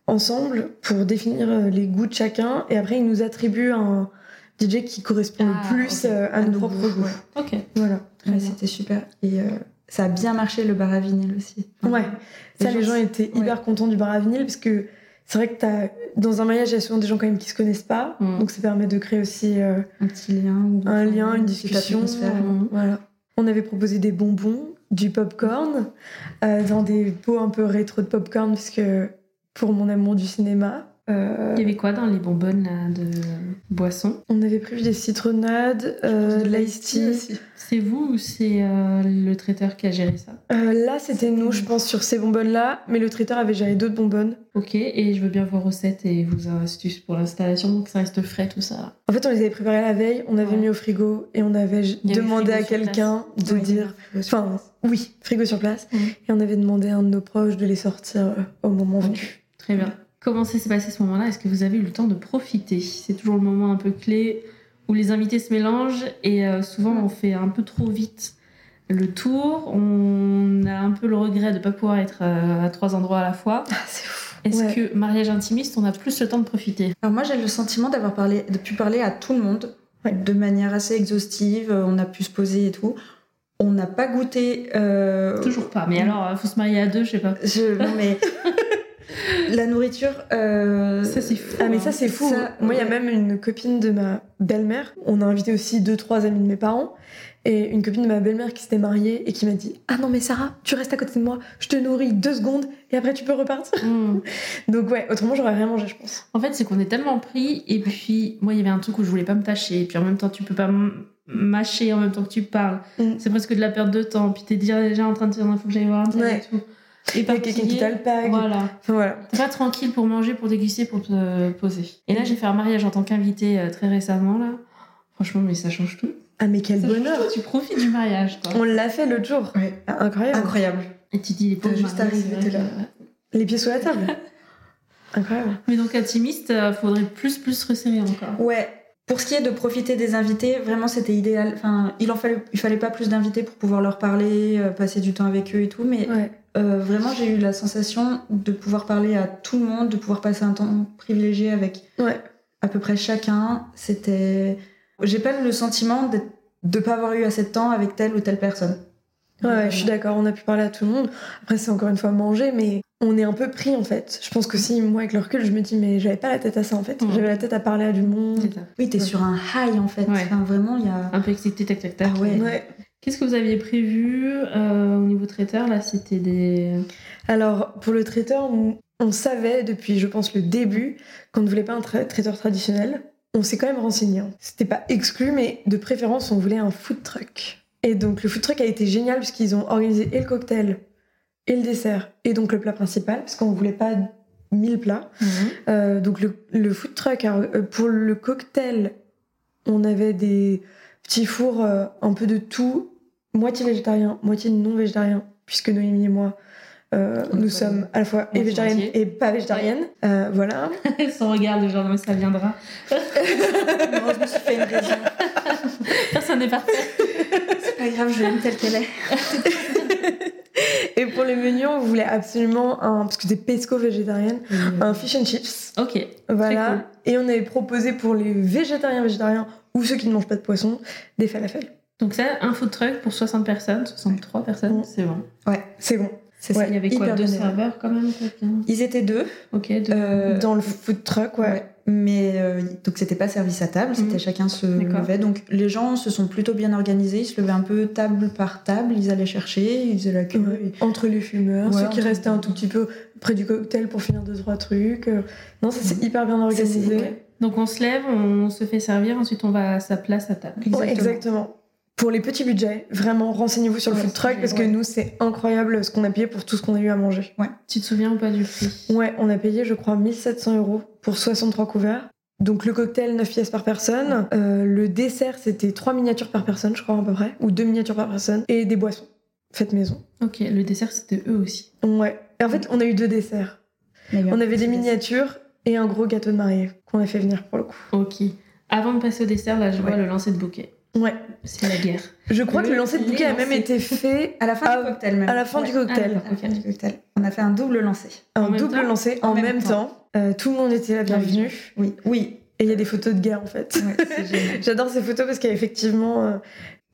S2: ensemble pour définir euh, les goûts de chacun et après ils nous attribuent un DJ qui correspond
S1: Ah,
S2: le
S1: ok.
S2: plus euh, à,
S3: À
S2: nos
S3: nos
S2: propres
S3: goûts,
S2: goûts.
S3: ouais.
S1: Ok.
S2: Voilà.
S1: Très
S3: Ouais,
S1: bien.
S3: c'était super. Et euh, ça a bien marché le bar à vinyle aussi.
S2: Ouais. Ça,
S3: Mm-hmm. Les
S2: les gens
S3: gens-
S2: étaient hyper contents du bar à vinyle parce que c'est vrai que t'as, dans un mariage, il y a souvent des gens quand même qui se connaissent pas.
S1: Mm.
S2: Donc ça permet de créer aussi euh,
S3: Un petit lien. ou- euh,
S2: un lien, une
S3: petite
S2: discussion.
S3: atmosphère.
S2: euh, Voilà. On avait proposé des bonbons du popcorn, euh, dans des pots un peu rétro de popcorn, parce que pour mon amour du cinéma. euh,
S1: Il y avait quoi dans les bonbonnes là, de boissons
S2: on avait prévu des citronnades, euh, de l'iced tea.
S1: C'est vous ou c'est euh, le traiteur qui a géré ça
S2: Euh, là, c'était nous, je pense, sur ces bonbonnes-là, mais le traiteur avait géré d'autres bonbonnes.
S1: Ok, et je veux bien vos recettes et vos astuces pour l'installation pour que ça reste frais, tout ça.
S2: En fait, on les avait préparées la veille, on avait
S1: Ouais.
S2: mis au frigo et on avait
S1: Il y avait
S2: demandé
S1: frigo
S2: à
S1: sur place.
S2: quelqu'un de
S3: Ouais.
S2: dire. Enfin, oui, frigo sur place.
S1: Mhm.
S2: Et on avait demandé à un de nos proches de les sortir euh, au moment venu.
S1: Très bien. Comment ça s'est passé ce moment-là Est-ce que vous avez eu le temps de profiter C'est toujours le moment un peu clé où les invités se mélangent et euh, souvent on fait un peu trop vite le tour. On a un peu le regret de ne pas pouvoir être euh, à trois endroits à la fois.
S2: Ah, c'est fou.
S1: Est-ce
S2: Ouais.
S1: que mariage intimiste, on a plus le temps de profiter
S3: Alors moi, j'ai le sentiment d'avoir parlé, de pu parler à tout le monde
S2: Ouais.
S3: de manière assez exhaustive. euh, On a pu se poser et tout. On n'a pas goûté. euh,
S1: Toujours pas, mais alors il faut se marier à deux, je sais pas.
S3: je- non, mais la nourriture. euh,
S1: Ça c'est fou.
S2: Ah, mais
S1: hein.
S2: ça, c'est fou.
S3: Ça,
S2: Moi, il y a
S3: ouais.
S2: même une copine de ma belle-mère. On a invité aussi deux, trois amis de mes parents. Et une copine de ma belle-mère qui s'était mariée et qui m'a dit Ah non, mais Sarah, tu restes à côté de moi, je te nourris deux secondes et après tu peux repartir.
S1: Mm.
S2: Donc, ouais, autrement, j'aurais rien mangé, je pense.
S1: En fait, c'est qu'on est tellement pris, et puis moi, il y avait un truc où je voulais pas me tâcher, et puis en même temps, tu peux pas m- mâcher en même temps que tu parles.
S2: Mm.
S1: C'est presque de la perte de temps, puis t'es déjà en train de dire, il faut que j'aille voir un truc
S2: Ouais.
S1: et tout. Et
S2: Il y a quelqu'un qui t'alpague.
S1: Voilà.
S2: Enfin, voilà.
S1: T'es pas tranquille pour manger, pour déguster, pour te euh, poser. Et là, j'ai fait un mariage en tant qu'invité euh, très récemment, là. Franchement, mais ça change tout.
S2: Ah, mais quel
S1: Ça change
S2: bonheur
S1: tout. Tu profites du mariage, toi.
S2: On l'a fait l'autre jour.
S3: ouais,
S2: Ah, incroyable.
S3: Incroyable.
S1: Et tu te dis, les pauvres
S3: juste
S1: mariés, c'est
S3: arrivé,
S1: vrai
S3: t'es
S1: que-
S3: là.
S1: ouais.
S2: Les pieds sous la table. incroyable.
S1: Mais donc, intimiste, euh, faudrait plus, plus resserrer encore.
S3: Ouais. Pour ce qui est de profiter des invités, vraiment c'était idéal. Enfin, il en fallait, il fallait pas plus d'invités pour pouvoir leur parler, euh, passer du temps avec eux et tout. Mais
S2: Ouais.
S3: euh, vraiment, j'ai eu la sensation de pouvoir parler à tout le monde, de pouvoir passer un temps privilégié avec
S2: Ouais.
S3: à peu près chacun. C'était, j'ai pas le sentiment d'être- de pas avoir eu assez de temps avec telle ou telle personne.
S2: Ouais, ouais, je suis d'accord, on a pu parler à tout le monde. Après, c'est encore une fois manger, mais on est un peu pris en fait. Je pense que si, moi, avec le recul, je me dis, mais j'avais pas la tête à ça en fait.
S1: Mhm.
S2: J'avais la tête à parler à du monde.
S1: C'est ça.
S3: Oui, t'es
S2: Ouais.
S3: sur un high en fait.
S1: Ouais.
S3: Enfin, vraiment, il y a.
S1: Un peu excité, tac, tac, tac.
S3: Ah ouais.
S2: Ouais.
S1: Qu'est-ce que vous aviez prévu euh, au niveau traiteur Là, c'était des.
S2: Alors, pour le traiteur, on, on savait depuis, je pense, le début qu'on ne voulait pas un tra- traiteur traditionnel. On s'est quand même renseigné. hein. C'était pas exclu, mais de préférence, on voulait un food truck. Et donc, le food truck a été génial parce qu'ils ont organisé et le cocktail, et le dessert, et donc le plat principal, parce qu'on voulait pas 1000 plats. Euh, donc le, le food truck, alors, euh, pour le cocktail, on avait des petits fours euh, un peu de tout, moitié végétarien, moitié non végétarien, puisque Noémie et moi, euh,
S1: On est
S2: nous
S1: pas-
S2: sommes à la fois
S1: on
S2: et
S1: est
S2: végétariennes
S1: entier.
S2: et pas végétariennes. Euh, voilà.
S1: Son regard de genre, non, mais ça viendra.
S3: Non, je me suis fait une raison.
S1: Personne n'est parfait.
S3: C'est pas grave, je l'aime telle qu'elle est.
S2: Et pour le menu, on voulait absolument un, parce que c'était pesco végétarienne, un fish and chips.
S1: Ok.
S2: Voilà.
S1: cool.
S2: Et on avait proposé pour les végétariens, végétariens ou ceux qui ne mangent pas de poisson, des falafels.
S1: Donc, ça, un food truck pour 60 personnes, 63 personnes,
S2: Ouais.
S1: c'est bon.
S2: C'est bon.
S3: C'est
S2: Ouais,
S3: ça.
S1: Il y avait quoi
S2: hyper
S1: Deux
S2: bien.
S1: serveurs quand même quelqu'un
S3: Ils étaient deux.
S1: Ok, deux.
S3: Euh,
S2: Dans le food truck, ouais.
S3: Ouais. Mais euh, donc c'était pas service à table, c'était
S1: Mhm.
S3: chacun se
S1: D'accord.
S3: levait. Donc les gens se sont plutôt bien organisés, ils se levaient un peu table par table, ils allaient chercher, ils faisaient la queue.
S2: Ouais, Entre les fumeurs,
S3: Ouais,
S2: ceux qui
S3: entre-
S2: restaient un tout petit peu près du cocktail pour finir deux trois trucs. euh, Non, ça c'est hyper bien
S3: Ça, c'est-
S2: organisé.
S3: ouais.
S1: Donc, on se lève, on se fait servir, ensuite on va à sa place à table.
S2: Ouais, Exactement. Pour les petits budgets, vraiment renseignez-vous sur le
S1: Ouais,
S2: food truck
S1: c'est-
S2: parce que
S1: ouais.
S2: nous c'est incroyable ce qu'on a payé pour tout ce qu'on a eu à manger.
S1: Tu te souviens ou pas du prix
S2: Ouais, on a payé je crois 1700 euros pour 63 couverts. Donc le cocktail 9 pièces par personne, Euh, le dessert c'était 3 miniatures par personne je crois à peu près, ou 2 miniatures par personne, et des boissons faites maison.
S1: Ok, le dessert c'était eux aussi.
S2: Ouais. Et en fait on a eu deux desserts.
S3: Il y eu un
S2: On avait
S3: petit
S2: des miniatures et un gros gâteau de mariée qu'on a fait venir pour le coup.
S1: Ok. Avant de passer au dessert, là, je vois
S3: Ouais.
S1: le lancer de bouquet.
S2: Ouais.
S1: C'est la guerre.
S2: Je crois que
S1: Le-
S2: le lancer de
S1: les
S2: bouquet a même
S1: lancers.
S2: été fait
S3: dessert. À la fin
S2: Ah,
S3: du cocktail même.
S2: à la fin
S3: Ouais,
S2: du cocktail.
S1: Ah,
S3: à la fin du cocktail. On a fait un double lancer.
S2: Un
S1: En même
S2: double
S1: temps
S2: lancer en
S3: En
S2: même,
S3: même
S2: temps. Euh, tout le monde était la bienvenue.
S3: Oui, oui.
S2: Et il y a des photos de gars en fait.
S3: Ouais, c'est génial.
S2: J'adore ces photos parce qu'effectivement, euh,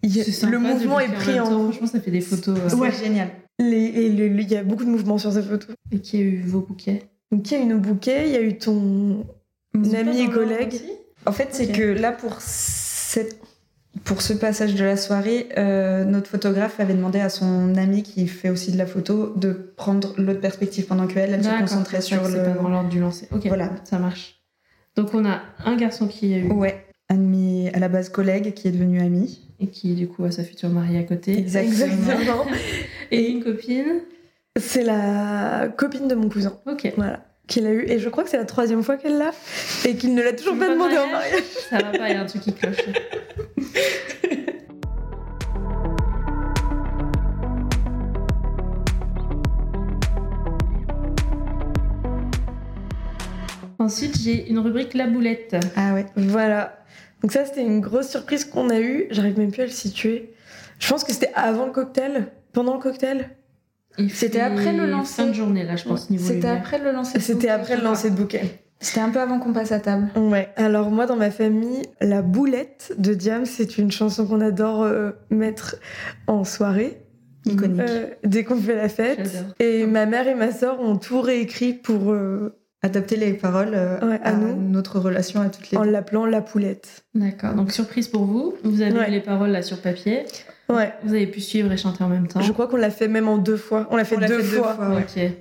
S2: il y a-
S1: C'est sympa
S2: le
S1: de
S2: mouvement est
S1: bouquet
S2: pris
S1: même temps.
S2: en.
S1: Franchement, ça fait des photos. euh,
S3: C'est génial.
S2: Les- et le- le- Il y a beaucoup de mouvements sur ces photos.
S1: Et qui a eu vos bouquets
S2: Donc il y a eu nos bouquets, il y a eu ton.
S3: Mon
S2: ami et collègue.
S3: En fait, c'est
S1: Ok.
S3: que là pour cette pour ce passage de la soirée, euh, notre photographe avait demandé à son ami qui fait aussi de la photo de prendre l'autre perspective pendant qu'elle elle se
S1: D'accord,
S3: concentrait
S1: c'est
S3: sur
S1: vrai que
S3: le.
S1: C'est pas dans l'ordre du lancer. Ok,
S3: Voilà.
S1: ça marche. Donc on a un garçon qui a eu
S3: Ouais, un de mes à la base collègue qui est devenu ami.
S1: et qui du coup a sa future mariée à côté.
S2: Exactement.
S1: Et une copine.
S2: C'est la copine de mon cousin,
S1: Ok.
S2: voilà, qu'il a eu. Et je crois que c'est la troisième fois qu'elle l'a et qu'il ne l'a toujours pas demandé en mariage.
S1: Ça va pas, il y a un truc qui cloche. Ensuite, j'ai une rubrique La boulette.
S3: Ah ouais.
S2: Voilà. Donc ça, c'était une grosse surprise qu'on a eue. J'arrive même plus à le situer. Je pense que c'était avant le cocktail, pendant le cocktail.
S1: Il
S3: C'était
S1: fait
S3: après le lancer.
S1: Fin de journée, là, je pense, niveau
S3: C'était
S1: lumière.
S3: après le lancer. de
S2: C'était
S3: bouquet,
S2: après
S3: je
S2: le
S3: crois.
S2: lancer de bouquet.
S3: C'était un peu avant qu'on passe à table.
S2: Ouais. Alors moi, dans ma famille, la boulette de Diam, c'est une chanson qu'on adore euh, mettre en soirée.
S3: Iconique.
S2: euh, dès qu'on fait la fête.
S1: J'adore.
S2: Et ma mère et ma sœur ont tout réécrit pour euh,
S3: Adapter les paroles euh,
S2: Ouais, à
S3: à,
S2: nous.
S3: notre relation à toutes les.
S2: en l'appelant la poulette.
S1: D'accord, donc surprise pour vous. Vous avez
S2: Ouais.
S1: eu les paroles là sur papier.
S2: Ouais.
S1: Vous avez pu suivre et chanter en même temps.
S2: Je crois qu'on l'a fait même en deux fois. On l'a fait,
S3: On l'a
S2: deux,
S3: fait deux
S2: fois.
S3: fois. Ah ouais.
S1: Ok.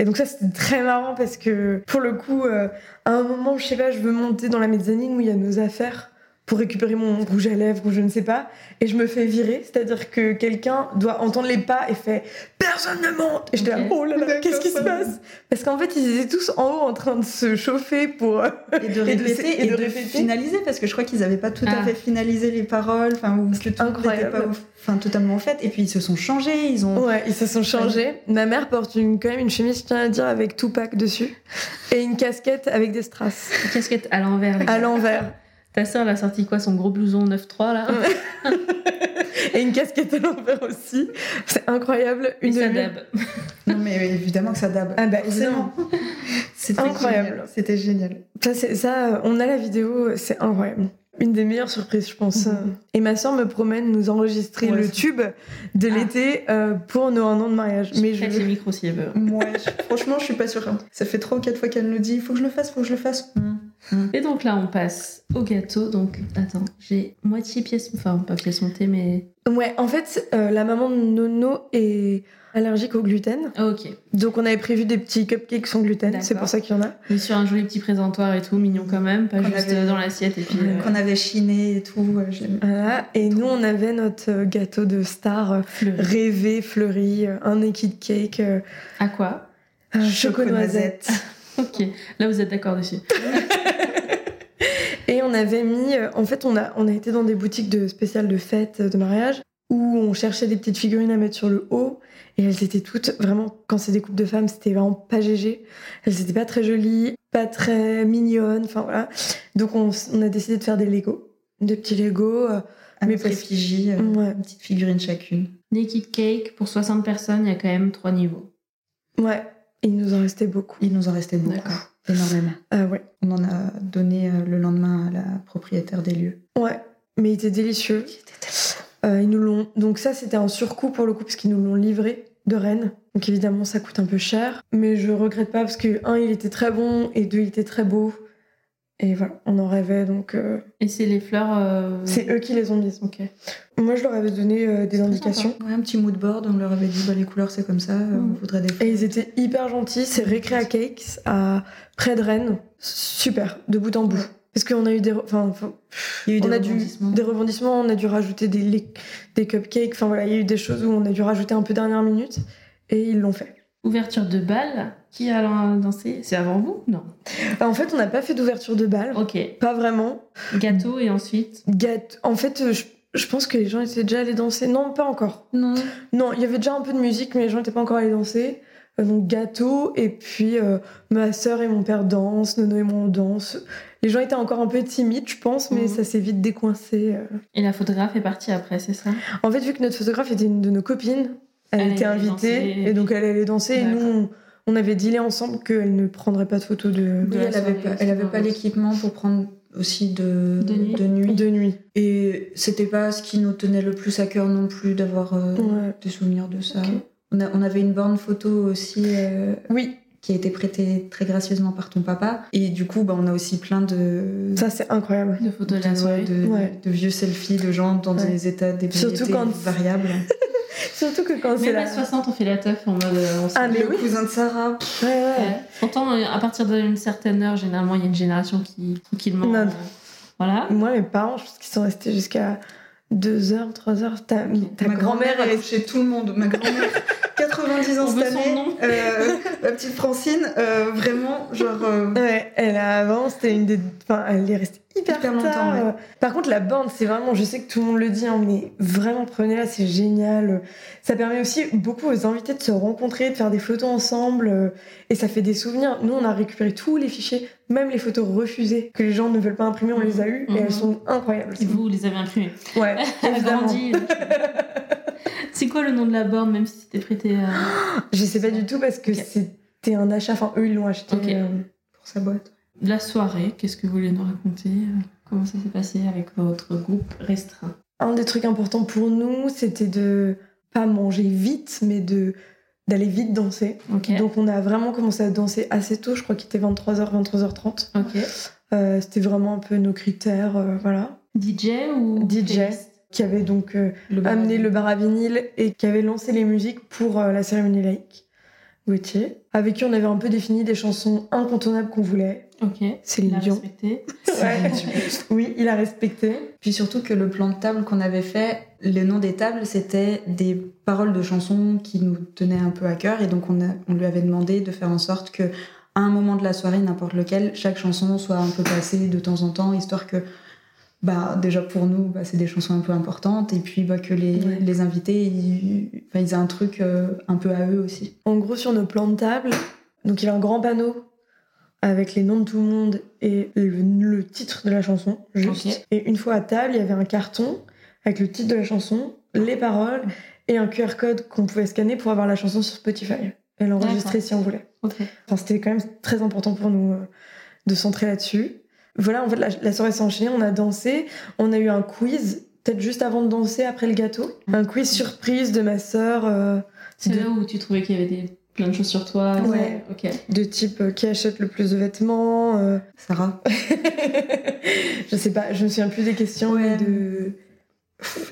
S2: Et donc ça c'était très marrant parce que pour le coup, euh, à un moment, je sais pas, je veux monter dans la mezzanine où il y a nos affaires pour récupérer mon rouge à lèvres ou je ne sais pas, et je me fais virer, c'est-à-dire que quelqu'un doit entendre les pas et fait personne ne monte. Et je dis
S1: Ok.
S2: oh là là,
S3: D'accord,
S2: qu'est-ce qui se
S3: ça va.
S2: passe Parce qu'en fait ils étaient tous en haut en train de se chauffer pour euh,
S3: Et de
S2: Et de-
S3: répéter
S2: et
S3: et,
S2: de
S3: de,
S2: répéter.
S3: finaliser parce que je crois qu'ils n'avaient pas tout
S1: Ah.
S3: à fait finalisé les paroles, enfin ou que tout n'était
S2: incroyable.
S3: pas au- enfin totalement en fait. Et puis ils se sont changés, ils ont.
S2: Ouais, ils se sont changés. Ma mère porte une, quand même une chemise, je tiens à dire, avec Tupac dessus. Et une casquette avec des strass.
S1: Casquette à l'envers. les gars.
S2: À l'envers.
S1: Ta sœur, elle a sorti quoi Son gros blouson 9-3 là
S3: Euh,
S2: Et une casquette à l'envers aussi. C'est incroyable.
S1: Et
S2: Une
S1: sa
S2: demi-
S1: dab.
S3: Non mais euh, évidemment que ça dab.
S2: Ah bah,
S3: Forcément. C'était
S2: Incroyable.
S3: génial, C'était génial.
S2: Ça, c'est- ça, on a la vidéo, c'est incroyable. Une des meilleures surprises, je pense.
S3: Mhm.
S2: Et ma soeur me promène nous enregistrer
S3: Ouais,
S2: le
S3: ça.
S2: tube de
S1: Ah.
S2: l'été euh, pour nos un an de mariage. Mais je
S1: Faites les micros si elle veut.
S3: Moi, je- franchement, je suis pas sûre. hein. Ça fait trois ou quatre fois qu'elle nous dit, il faut que je le fasse, faut que je le fasse.
S1: Et donc là, on passe au gâteau. Donc, attends, j'ai moitié pièce. Enfin, pas pièce montée, mais.
S2: Ouais, en fait, euh, la maman de Nono est allergique au gluten.
S1: Ah, ok.
S2: Donc on avait prévu des petits cupcakes sans gluten. C'est
S1: D'accord.
S2: pour ça qu'il y en a.
S1: Mais sur un joli petit présentoir et tout, mignon quand même, pas
S3: Qu'on
S1: juste
S3: avait-
S1: dans l'assiette et puis. euh,
S3: Qu'on avait chiné et tout. euh, je l'aime.
S2: Voilà, et nous on avait notre euh, gâteau de star euh,
S1: fleuri.
S2: rêvé, fleuri, euh, un naked cake, euh,
S1: À quoi
S2: un choco-noisette.
S1: Ok. Là, vous êtes d'accord dessus.
S2: Et on avait mis, euh, en fait on a, on a été dans des boutiques de spéciales de fêtes, euh, de mariage, où on cherchait des petites figurines à mettre sur le haut, et elles étaient toutes, vraiment, quand c'est des couples de femmes, c'était vraiment pas GG. Elles étaient pas très jolies, pas très mignonnes, enfin voilà. Donc on, s- on a décidé de faire des Lego, des petits Lego. euh,
S3: À
S2: Mais Mm.
S3: notre
S2: parce-
S3: effigie, euh,
S2: ouais.
S3: une petite figurine chacune.
S1: Naked cake pour 60 personnes, il y a quand même trois niveaux.
S2: ouais, il nous en restait beaucoup.
S3: Il nous en restait beaucoup,
S1: D'accord.
S3: énormément.
S2: Ah ouais.
S3: On en a donné euh, le lendemain à la propriétaire des lieux.
S2: Ouais, mais il était délicieux. Euh, ils nous l'ont donc ça c'était un surcoût pour le coup parce qu'ils nous l'ont livré de Rennes. Donc évidemment ça coûte un peu cher, mais je regrette pas parce que un il était très bon et deux il était très beau. Et voilà, on en rêvait donc euh,
S1: Et c'est les fleurs. euh,
S2: c'est eux qui les ont mises.
S1: Ok.
S2: Moi je leur avais donné euh, des indications
S3: Ouais, un petit mood board, on leur avait dit bah, les couleurs c'est comme ça, euh,
S1: Mhm.
S3: on voudrait des fleurs.
S2: et ils étaient hyper gentils. C'est Recrea Cakes à près de Rennes, super de bout en bout. Parce qu'on a eu des re- enfin faut-
S3: Il y a eu
S2: on
S3: des
S2: a dû
S3: rebondissements.
S2: des rebondissements, on a dû rajouter des, les- des cupcakes. Enfin voilà, il y a eu des choses où on a dû rajouter un peu dernière minute et ils l'ont fait.
S1: Ouverture de bal. Qui a dansé C'est avant vous Non.
S2: Bah, En fait, on n'a pas fait d'ouverture de bal,
S1: Ok.
S2: pas vraiment.
S1: Gâteau et ensuite.
S2: Gâte- En fait, euh, je, je pense que les gens étaient déjà allés danser. Non, pas encore.
S3: Non.
S2: Non, il y avait déjà un peu de musique, mais les gens n'étaient pas encore allés danser. Euh, Donc gâteau et puis euh, ma sœur et mon père dansent, Nono et moi on danse. Les gens étaient encore un peu timides, je pense, mais
S1: Mhm.
S2: ça s'est vite décoincé. euh.
S1: Et la photographe est partie après, c'est ça
S2: En fait, vu que notre photographe était une de nos copines, elle,
S1: Elle
S2: était
S1: allait
S2: invitée
S1: danser.
S2: et donc elle allait danser. Et nous,
S1: D'accord.
S2: on, on avait dealé ensemble qu'elle ne prendrait pas de photos de,
S3: Oui,
S1: la
S3: elle avait
S1: soirée,
S3: pas,
S1: c'est
S3: elle avait
S1: pas
S3: pas
S1: grave.
S3: l'équipement pour prendre aussi de,
S1: De nuit.
S2: de nuit.
S3: Et c'était pas ce qui nous tenait le plus à cœur non plus d'avoir euh,
S1: Mhm.
S2: Ouais.
S3: des souvenirs de ça.
S1: Ok.
S3: On, a- on avait une borne photo aussi euh,
S2: Oui,
S3: qui a été prêté très gracieusement par ton papa. Et du coup, bah, on a aussi plein de.
S2: Ça, c'est incroyable.
S1: de photos de la
S3: de-
S1: soirée.
S3: de,
S2: Ouais.
S3: de vieux selfies de gens dans
S2: Ouais.
S3: des états d'ébriété
S2: Surtout quand-
S3: variables.
S2: Surtout que quand c'est
S1: Même
S2: la.
S1: à 60, on fait la teuf en mode. euh, on s'en
S2: Ah, mais
S3: le
S2: oui.
S3: cousin de Sarah. pff,
S2: Ouais, ouais.
S1: Ouais. Pourtant, euh, à partir d'une certaine heure, généralement, il y a une génération qui tranquillement.
S2: Non.
S1: euh, voilà.
S2: Moi, mes parents, je pense qu'ils sont restés jusqu'à 2h, 3h. Ta, ta
S3: ma
S2: grand-mère
S3: grand-mère a
S2: est.
S3: touché tout le monde. Ma grand-mère, 90 ans
S1: On
S3: cette
S1: veut son
S3: année.
S1: nom.
S3: euh, la petite Francine, euh, vraiment, genre. euh,
S2: Ouais, elle a avant, c'était une des. Enfin, elle est restée hyper,
S3: Hyper
S2: longtemps.
S3: longtemps, ouais.
S2: Par contre, la bande, c'est vraiment. Je sais que tout le monde le dit, hein, mais vraiment, prenez-la, c'est génial. Ça permet aussi beaucoup aux invités de se rencontrer, de faire des photos ensemble. euh, Et ça fait des souvenirs. Nous, on a récupéré tous les fichiers, même les photos refusées que les gens ne veulent pas imprimer, on les a eues.
S1: Mhm.
S2: Et elles sont incroyables.
S1: Et vous, vous les avez imprimés.
S2: Ouais,
S1: Elle
S2: évidemment.
S1: grandi. euh. C'est quoi le nom de la borne, même si c'était prêté euh, à.
S2: Je sais pas du tout parce que
S1: Ok.
S2: c'était un achat. Enfin, eux, ils l'ont acheté.
S1: Ok.
S2: euh,
S3: Pour sa boîte.
S1: La soirée, qu'est-ce que vous voulez nous raconter euh, Comment ça s'est passé avec votre groupe restreint
S2: un des trucs importants pour nous, c'était de pas manger vite, mais de d'aller vite danser.
S1: Ok.
S2: Donc on a vraiment commencé à danser assez tôt, je crois qu'il était 23h, 23h30.
S1: ok.
S2: Euh, c'était vraiment un peu nos critères, euh, voilà.
S1: DJ ou.
S2: DJ.
S1: playlist
S2: Qui avait donc euh,
S1: Le bar-
S2: amené le bar à vinyle et qui avait lancé les musiques pour euh, la cérémonie laïque. Gauthier, avec qui on avait un peu défini des chansons incontournables qu'on voulait.
S1: Ok. Il
S2: Céline
S1: l'a
S2: Dion.
S1: respecté.
S2: Ouais. oui, il a respecté.
S3: Puis surtout que le plan de table qu'on avait fait, le nom des tables, c'était des paroles de chansons qui nous tenaient un peu à cœur. Et donc, on, a- on lui avait demandé de faire en sorte que, à un moment de la soirée, n'importe lequel, chaque chanson soit un peu passée de temps en temps, histoire que, bah, déjà pour nous, bah, c'est des chansons un peu importantes. Et puis, bah, que les,
S2: Ouais.
S3: les invités, ils, enfin, ils aient un truc euh, un peu à eux aussi.
S2: En gros, sur nos plans de table, donc il y a un grand panneau avec les noms de tout le monde et le, le titre de la chanson, juste.
S1: Ok.
S2: Et une fois à table, il y avait un carton avec le titre de la chanson, les paroles et un QR code qu'on pouvait scanner pour avoir la chanson sur Spotify et l'enregistrer
S1: D'accord.
S2: si on voulait.
S1: Ok.
S2: Enfin, c'était quand même très important pour nous euh, de centrer là-dessus. Voilà, en fait, la, la soirée s'est enchaînée, on a dansé, on a eu un quiz, peut-être juste avant de danser, après le gâteau. Un quiz surprise de ma sœur, euh,
S1: C'est
S2: De-
S1: là où tu trouvais qu'il y avait des... plein de choses sur toi.
S2: Ouais.
S1: Ok.
S2: de type euh, qui achète le plus de vêtements. euh,
S3: Sarah
S2: je sais pas, je me souviens plus des questions mais de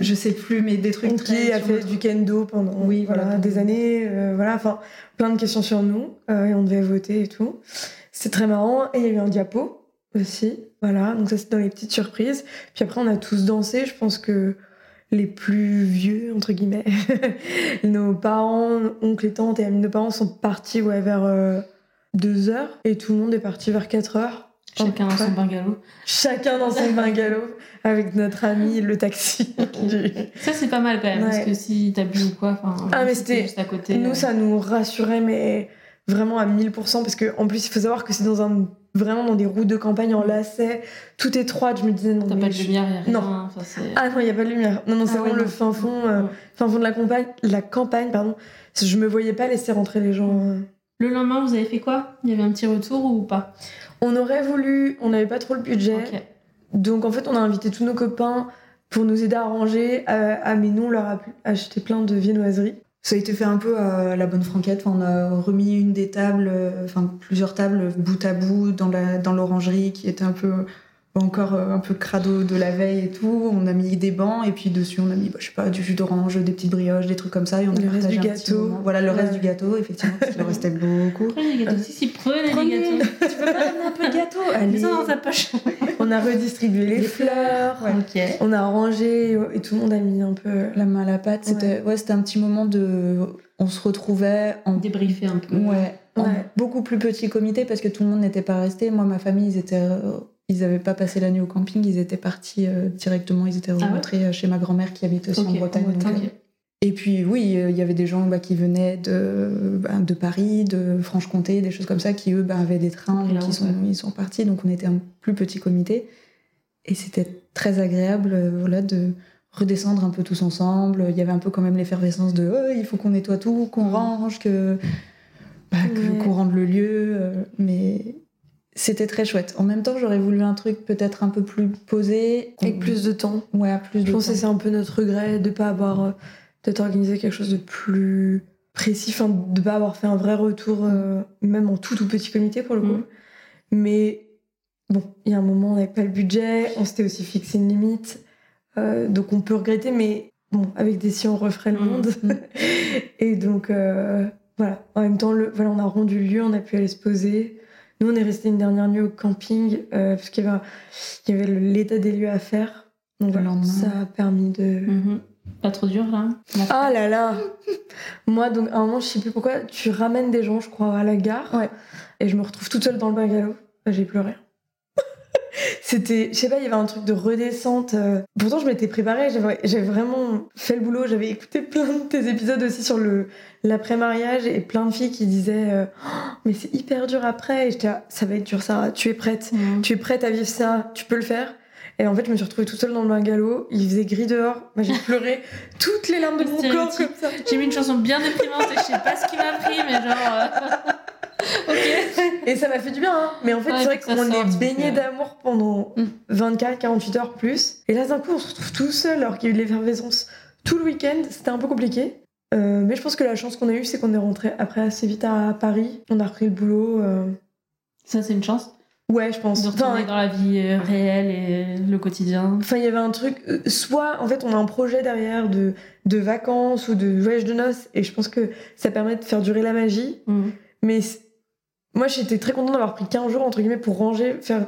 S3: Je sais plus, mais des trucs
S2: qui
S3: très
S2: a
S3: sur
S2: fait
S3: notre-
S2: du kendo pendant
S3: Oui,
S2: voilà,
S3: voilà, pendant-
S2: des années, euh, voilà, enfin plein de questions sur nous euh, et on devait voter et tout. C'était très marrant et il y a eu un diapo aussi, voilà, donc ça c'est dans les petites surprises. Puis après on a tous dansé, je pense que les plus vieux entre guillemets, nos parents, oncles et tantes et amis de nos parents sont partis ouais vers 2 heures et tout le monde est parti vers 4 heures.
S1: Chacun dans
S2: Ouais.
S1: son bungalow.
S2: Chacun dans son bungalow avec notre ami le taxi.
S1: Ça, c'est pas mal quand même, parce
S2: Ouais.
S1: que si t'as bu ou quoi, enfin.
S2: Ah, mais
S1: si t'es
S2: c'était-
S1: Juste à côté.
S2: Nous,
S1: euh,
S2: ça nous rassurait, mais vraiment à 1000%, parce que en plus, il faut savoir que c'est dans un vraiment dans des routes de campagne en lacet, tout étroit. Je me disais, non,
S1: T'as
S2: mais
S1: pas de
S2: je-
S1: lumière, y a rien.
S2: Non.
S1: Enfin, c'est-
S2: Ah non, il n'y a pas de lumière. Non, non, c'est
S3: Ah ouais,
S2: vraiment le
S3: non.
S2: fin fond, euh,
S1: Ouais.
S2: fin fond de la campagne. La campagne, pardon. Je me voyais pas laisser rentrer les gens. euh.
S1: Le lendemain, vous avez fait quoi Il y avait un petit retour ou pas
S2: On aurait voulu, on n'avait pas trop le budget.
S1: Ok.
S2: Donc en fait, on a invité tous nos copains pour nous aider à ranger. euh, ah mais nous, on leur a acheté plein de viennoiseries.
S3: Ça a été fait un peu à la bonne franquette. Enfin, on a remis une des tables, euh, enfin plusieurs tables bout à bout dans la dans l'orangerie qui était un peu encore euh, un peu crado de la veille et tout. On a mis des bancs et puis dessus on a mis bah, je sais pas du jus d'orange, des petites brioches, des trucs comme ça et on a
S2: Le reste
S3: partagé
S2: du
S3: un petit
S2: gâteau.
S3: moment. Voilà le reste
S2: Ouais.
S3: du gâteau effectivement parce qu'il en restait beaucoup.
S1: Prenez les gâteaux. Si, si, prenez,
S3: Prenez.
S1: les gâteaux.
S3: tu peux pas ramener un peu de gâteau
S1: Mais
S3: Allez.
S1: ça, dans sa poche.
S2: On a redistribué les,
S3: Les
S2: fleurs,
S3: ouais.
S1: Ok.
S2: on a rangé et tout le monde a mis un peu.
S3: La main à la pâte, c'était ouais, c'était un petit moment de on se retrouvait en
S1: Débriefer un peu.
S3: Ouais, en
S2: Ouais.
S3: beaucoup plus petit comité parce que tout le monde n'était pas resté. Moi, ma famille, ils étaient, euh, ils n'avaient pas passé la nuit au camping, ils étaient partis euh, directement, ils étaient
S1: Ah ouais
S3: rentrés euh, chez ma grand-mère qui habite aussi
S1: Ok,
S3: en Bretagne.
S1: en Bretagne.
S3: donc, euh, Et puis oui, euh, il y avait des gens bah, qui venaient de, bah, de Paris, de Franche-Comté, des choses comme ça, qui eux bah, avaient des trains,
S1: Pris la
S3: donc
S1: route,
S3: ils sont,
S1: ouais.
S3: ils sont partis, donc on était un plus petit comité. Et c'était très agréable euh, voilà, de redescendre un peu tous ensemble. Il y avait un peu quand même l'effervescence de Oh, il faut qu'on nettoie tout, qu'on range, que bah, que-
S2: Ouais.
S3: qu'on rende le lieu. euh, Mais c'était très chouette. En même temps, j'aurais voulu un truc peut-être un peu plus posé.
S2: Avec plus de temps.
S3: Ouais, plus
S2: Je
S3: de
S2: pense que
S3: temps.
S2: c'est un peu notre regret de pas avoir euh, peut-être organisé quelque chose de plus précis, enfin, de pas avoir fait un vrai retour, euh, même en tout tout petit comité pour le coup.
S1: Mm.
S2: Mais bon, il y a un moment, on n'avait pas le budget, on s'était aussi fixé une limite, euh, donc on peut regretter, mais bon, avec des si on referait le
S1: Mm.
S2: monde. Et donc euh, voilà, en même temps, le, voilà, on a rendu le lieu, on a pu aller se poser. Nous, on est resté une dernière nuit au camping euh, parce qu'il y avait, il y avait le- l'état des lieux à faire. Donc voilà,
S3: lendemain.
S2: ça a permis de.
S1: Mhm. Pas trop dur là. La-
S2: Ah là là Moi, donc, à un moment, je sais plus pourquoi, tu ramènes des gens, je crois, à la gare.
S3: Ouais.
S2: Et je me retrouve toute seule dans le bungalow. Bah, J'ai pleuré. C'était, je sais pas, il y avait un truc de redescente. euh, Pourtant, je m'étais préparée, j'avais j'avais vraiment fait le boulot. J'avais écouté plein de tes épisodes aussi sur le l'après-mariage et plein de filles qui disaient euh, Oh, Mais c'est hyper dur après. Et j'étais, Ah, ça va être dur, Sarah, tu es prête.
S1: Mhm.
S2: Tu es prête à vivre ça, tu peux le faire. Et en fait, je me suis retrouvée toute seule dans le bungalow. Il faisait gris dehors. Moi, j'ai pleuré toutes les larmes de mon corps comme ça.
S1: J'ai mis une chanson bien déprimante et je sais pas ce qui m'a pris, mais genre. euh, ok.
S2: Et ça m'a fait du bien. Hein. Mais en fait,
S1: Ouais,
S2: c'est vrai
S1: puis ça
S2: qu'on
S1: sort, tu
S2: est baigné
S1: fais-
S2: d'amour pendant
S1: Mm.
S2: 24, 48 heures plus. Et là, d'un coup, on se retrouve tout seul alors qu'il y a eu de l'effervescence tout le week-end. C'était un peu compliqué. Euh, mais je pense que la chance qu'on a eue, c'est qu'on est rentré après assez vite à Paris. On a repris le boulot. euh,
S1: Ça, c'est une chance
S2: Ouais, je pense.
S1: de
S2: Enfin,
S1: retourner dans la vie euh, réelle et le quotidien.
S2: Enfin, il y avait un truc. euh, Soit, en fait, on a un projet derrière de, de vacances ou de voyage de noces, et je pense que ça permet de faire durer la magie.
S1: Mhm.
S2: Mais c- moi, j'étais très contente d'avoir pris 15 jours, entre guillemets, pour ranger, faire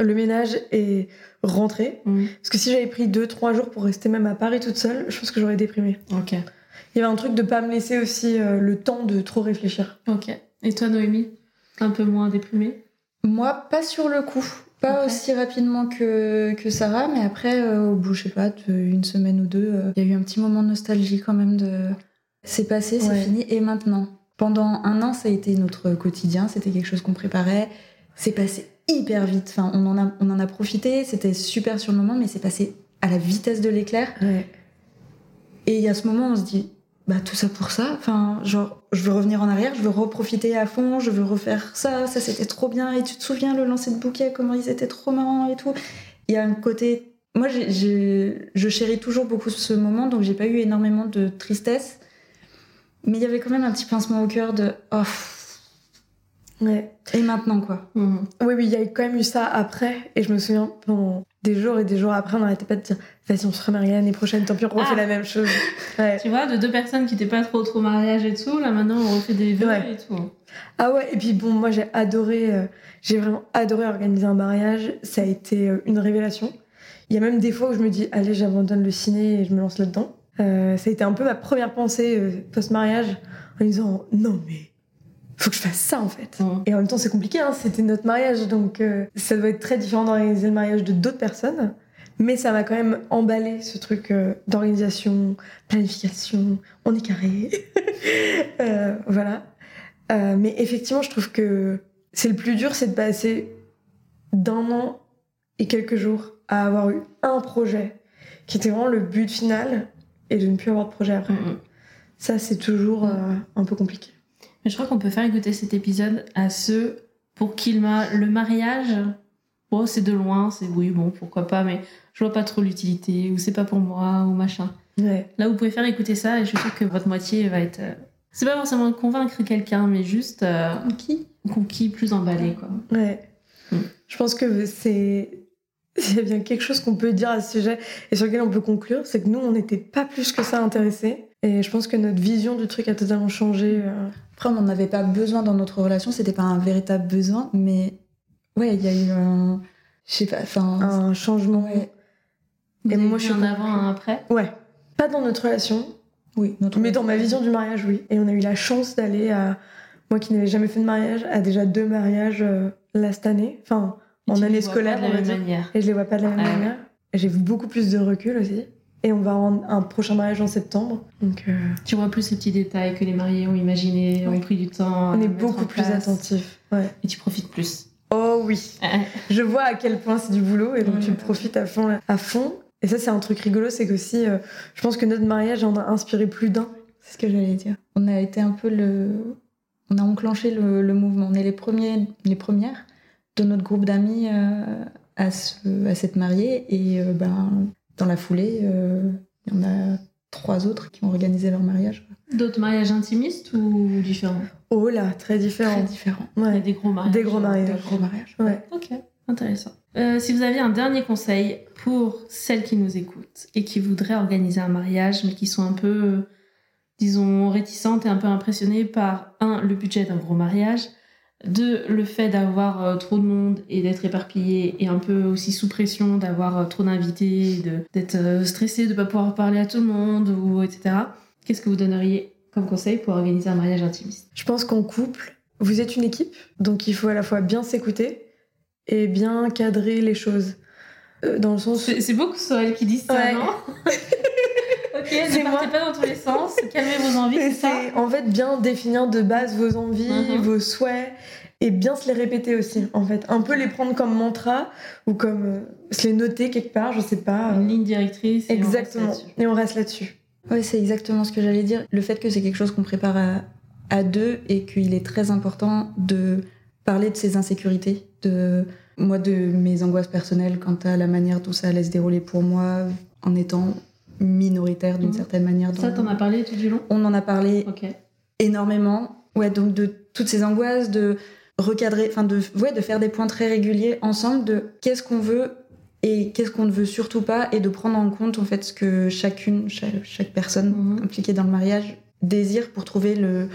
S2: le ménage et rentrer.
S1: Mhm.
S2: Parce que si j'avais pris 2-3 jours pour rester même à Paris toute seule, je pense que j'aurais déprimé.
S1: Ok.
S2: Il y avait un truc de pas me laisser aussi euh, le temps de trop réfléchir.
S1: Ok. Et toi, Noémie Un peu moins déprimée
S3: Moi, pas sur le coup. Pas
S1: Ok.
S3: aussi rapidement que, que Sarah, mais après, euh, au bout, je sais pas, de- une semaine ou deux, euh, il y a eu un petit moment de nostalgie quand même de c'est passé, c'est
S2: Ouais.
S3: fini, et maintenant Pendant un an, ça a été notre quotidien, c'était quelque chose qu'on préparait, c'est passé hyper vite, enfin, on en a, on en a profité, c'était super sur le moment, mais c'est passé à la vitesse de l'éclair. Et il y a ce moment où on se dit, bah tout ça pour ça. Enfin, genre, je veux revenir en arrière, je veux reprofiter à fond, je veux refaire ça, ça c'était trop bien. Et tu te souviens le lancer de bouquet, comment ils étaient trop marrants et tout. Il y a un côté. Moi, j'ai- j'ai- je chéris toujours beaucoup ce moment, donc j'ai pas eu énormément de tristesse. Mais il y avait quand même un petit pincement au cœur de, oh, pff,
S2: Ouais.
S3: et maintenant quoi.
S1: Mhm.
S2: Oui, oui, il y a eu quand même eu ça après. Et je me souviens, pendant des jours et des jours après, on n'arrêtait pas de dire Vas-y, on se remarie l'année prochaine, tant pis, on refait
S1: Ah.
S2: la même chose. Ouais.
S1: Tu vois, de deux personnes qui n'étaient pas trop trop mariage et tout, là maintenant on refait des vœux
S2: Ouais.
S1: et tout.
S2: Ah ouais, et puis bon, moi j'ai adoré, euh, j'ai vraiment adoré organiser un mariage. Ça a été euh, une révélation. Il y a même des fois où je me dis Allez, j'abandonne le ciné et je me lance là-dedans. Euh, ça a été un peu ma première pensée euh, post-mariage en me disant Non, mais faut que je fasse ça en fait.
S1: Mhm.
S2: Et en même temps, c'est compliqué, hein, c'était notre mariage, donc euh, ça doit être très différent d'organiser le mariage de d'autres personnes. Mais ça m'a quand même emballé ce truc euh, d'organisation, planification, on est carré. Euh, voilà. Euh, mais effectivement, je trouve que c'est le plus dur, c'est de passer d'un an et quelques jours à avoir eu un projet qui était vraiment le but final et de ne plus avoir de projet après.
S1: Mhm.
S2: Ça, c'est toujours euh, un peu compliqué.
S1: Mais je crois qu'on peut faire écouter cet épisode à ceux pour qui le, ma- le mariage, bon, c'est de loin, c'est oui, bon, pourquoi pas, mais je vois pas trop l'utilité, ou c'est pas pour moi, ou machin.
S2: Ouais.
S1: Là, vous pouvez faire écouter ça et je suis sûre que votre moitié va être. euh, C'est pas forcément convaincre quelqu'un, mais juste euh,
S3: Qui
S1: conquis, plus emballé, quoi.
S2: Ouais.
S1: Mm.
S2: Je pense que c'est. Il y a bien quelque chose qu'on peut dire à ce sujet et sur lequel on peut conclure, c'est que nous, on n'était pas plus que ça intéressés. Et je pense que notre vision du truc a totalement changé. euh.
S3: Après, on n'en avait pas besoin dans notre relation, c'était pas un véritable besoin, mais ouais, il y a eu un. Je sais pas, enfin.
S2: un changement.
S3: ouais.
S1: Vous
S2: Et
S1: avez
S2: moi,
S1: vu
S2: je suis
S1: un avant, un après.
S2: Ouais. Pas dans notre relation,
S3: Oui, notre
S2: mais dans ma vision du mariage, oui. Et on a eu la chance d'aller à. Moi qui n'avais jamais fait de mariage, à déjà deux mariages euh, là cette année. Enfin,
S1: Et
S2: En
S1: tu
S2: année
S1: les vois
S2: scolaire,
S1: pas de
S2: on
S1: la
S2: va
S1: même
S2: dire.
S1: manière.
S2: et je les vois pas de la même
S1: Ah ouais.
S2: manière. J'ai beaucoup plus de recul aussi. Et on va en un prochain mariage en septembre. Donc, euh,
S1: Tu vois plus ces petits détails que les mariés ont imaginé, ont
S3: Oui.
S1: pris du temps. à
S2: on est
S1: mettre en
S2: beaucoup plus
S1: place.
S2: attentifs. Ouais.
S1: Et tu profites plus.
S2: Oh oui, je vois à quel point c'est du boulot et donc
S3: Ouais,
S2: tu
S3: ouais.
S2: profites à fond. là- À fond. Et ça, c'est un truc rigolo, c'est qu'aussi, euh, je pense que notre mariage en a inspiré plus d'un.
S3: C'est ce que j'allais dire. On a été un peu le. On a enclenché le, le mouvement. On est les, premiers, les premières de notre groupe d'amis euh, à, se- à s'être mariés. Et euh, ben, dans la foulée, euh, il y en a trois autres qui ont organisé leur mariage.
S1: D'autres mariages intimistes ou différents
S2: Oh là, très différent.
S3: Très différents.
S1: Il y a
S2: Ouais.
S1: des gros mariages.
S2: Des gros mariages.
S3: Des gros mariages.
S2: ouais.
S1: Ok, intéressant. Euh, si vous aviez un dernier conseil pour celles qui nous écoutent et qui voudraient organiser un mariage, mais qui sont un peu, euh, disons, réticentes et un peu impressionnées par, un, le budget d'un gros mariage, deux, le fait d'avoir euh, trop de monde et d'être éparpillé et un peu aussi sous pression d'avoir euh, trop d'invités, de- d'être euh, stressé, de ne pas pouvoir parler à tout le monde, ou etc. Qu'est-ce que vous donneriez comme conseil pour organiser un mariage intimiste
S2: Je pense qu'en couple, vous êtes une équipe, donc il faut à la fois bien s'écouter et bien cadrer les choses. Euh, dans le sens où
S1: C'est c'est beaucoup Soël qui dit ça,
S2: Ouais.
S1: non Ok, ne
S2: C'est
S1: partez
S2: moi.
S1: pas dans tous les sens, calmez vos envies,
S2: Et
S1: c'est ça
S2: c'est en fait bien définir de base vos envies,
S1: Mhm.
S2: vos souhaits et bien se les répéter aussi en fait. Un peu les prendre comme mantra ou comme euh, se les noter quelque part, je sais pas. euh,
S1: Une ligne directrice. et on reste
S2: Exactement.
S1: là-dessus.
S2: Et on reste là-dessus.
S3: Ouais, c'est exactement ce que j'allais dire. Le fait que c'est quelque chose qu'on prépare à, à deux et qu'il est très important de parler de ses insécurités, de moi de mes angoisses personnelles quant à la manière dont ça allait se dérouler pour moi en étant minoritaire d'une
S1: Mhm.
S3: certaine manière. dans-
S1: Ça, t'en as parlé tout du long
S3: On en a parlé
S1: Ok.
S3: énormément. Ouais, donc de toutes ces angoisses, de recadrer, enfin de, ouais, de faire des points très réguliers ensemble de qu'est-ce qu'on veut et qu'est-ce qu'on ne veut surtout pas et de prendre en compte en fait ce que chacune, cha- chaque, personne
S1: Mhm.
S3: impliquée dans le mariage désire pour trouver le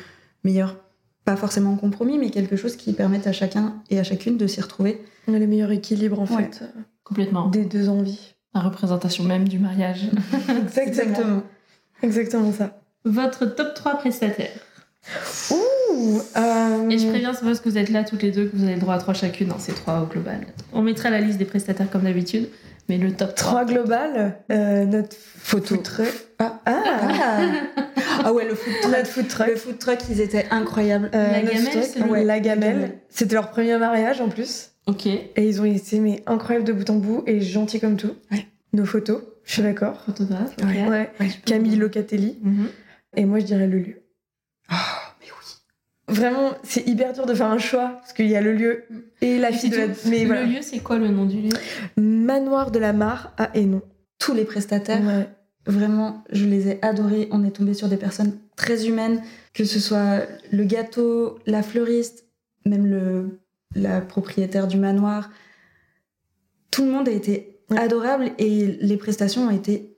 S3: meilleur, pas forcément compromis, mais quelque chose qui permette à chacun et à chacune de s'y retrouver.
S2: On a le meilleur équilibre en
S3: Ouais.
S2: fait
S1: Complètement.
S2: des deux envies.
S1: La représentation même du mariage.
S2: Exactement. Exactement ça.
S1: Votre top 3 prestataires.
S2: Ouh, euh,
S1: Et je préviens, c'est parce que vous êtes là toutes les deux que vous avez le droit à 3 chacune. Non, c'est 3 au global. On mettra la liste des prestataires comme d'habitude, mais le top 3.
S2: Trois globales, euh, notre
S3: Photo.
S2: food truck.
S3: Ah.
S2: Ah,
S3: Ah. Ah ouais, le food
S2: notre
S3: truck.
S2: food truck.
S3: Le food truck, ils étaient incroyables.
S2: Euh,
S1: La
S2: notre
S1: gamelle,
S2: food truck,
S1: c'est le-
S2: ouais, la gamelle.
S3: gamelle.
S2: C'était leur premier mariage en plus.
S1: Ok.
S2: Et ils ont été mais incroyables de bout en bout et gentils comme tout.
S3: Ouais.
S2: Nos photos, je suis d'accord.
S1: Photographe. ok.
S3: Ouais.
S2: Ouais.
S3: Ouais.
S2: Camille Locatelli.
S1: Mhm.
S2: Et moi, je dirais le lieu.
S3: Ah, mais oui.
S2: Vraiment, c'est hyper dur de faire un choix parce qu'il y a le lieu et la
S1: Et
S2: fille de
S1: c'est
S2: la.
S1: tout.
S2: Mais
S1: le
S2: voilà.
S1: lieu, c'est quoi le nom du lieu
S2: Manoir de la Mare à Hénon.
S3: Tous les prestataires.
S2: Ouais.
S3: Vraiment, je les ai adorés. On est tombé sur des personnes très humaines, que ce soit le gâteau, la fleuriste, même le, la propriétaire du manoir. Tout le monde a été
S2: Ouais.
S3: adorable et les prestations ont été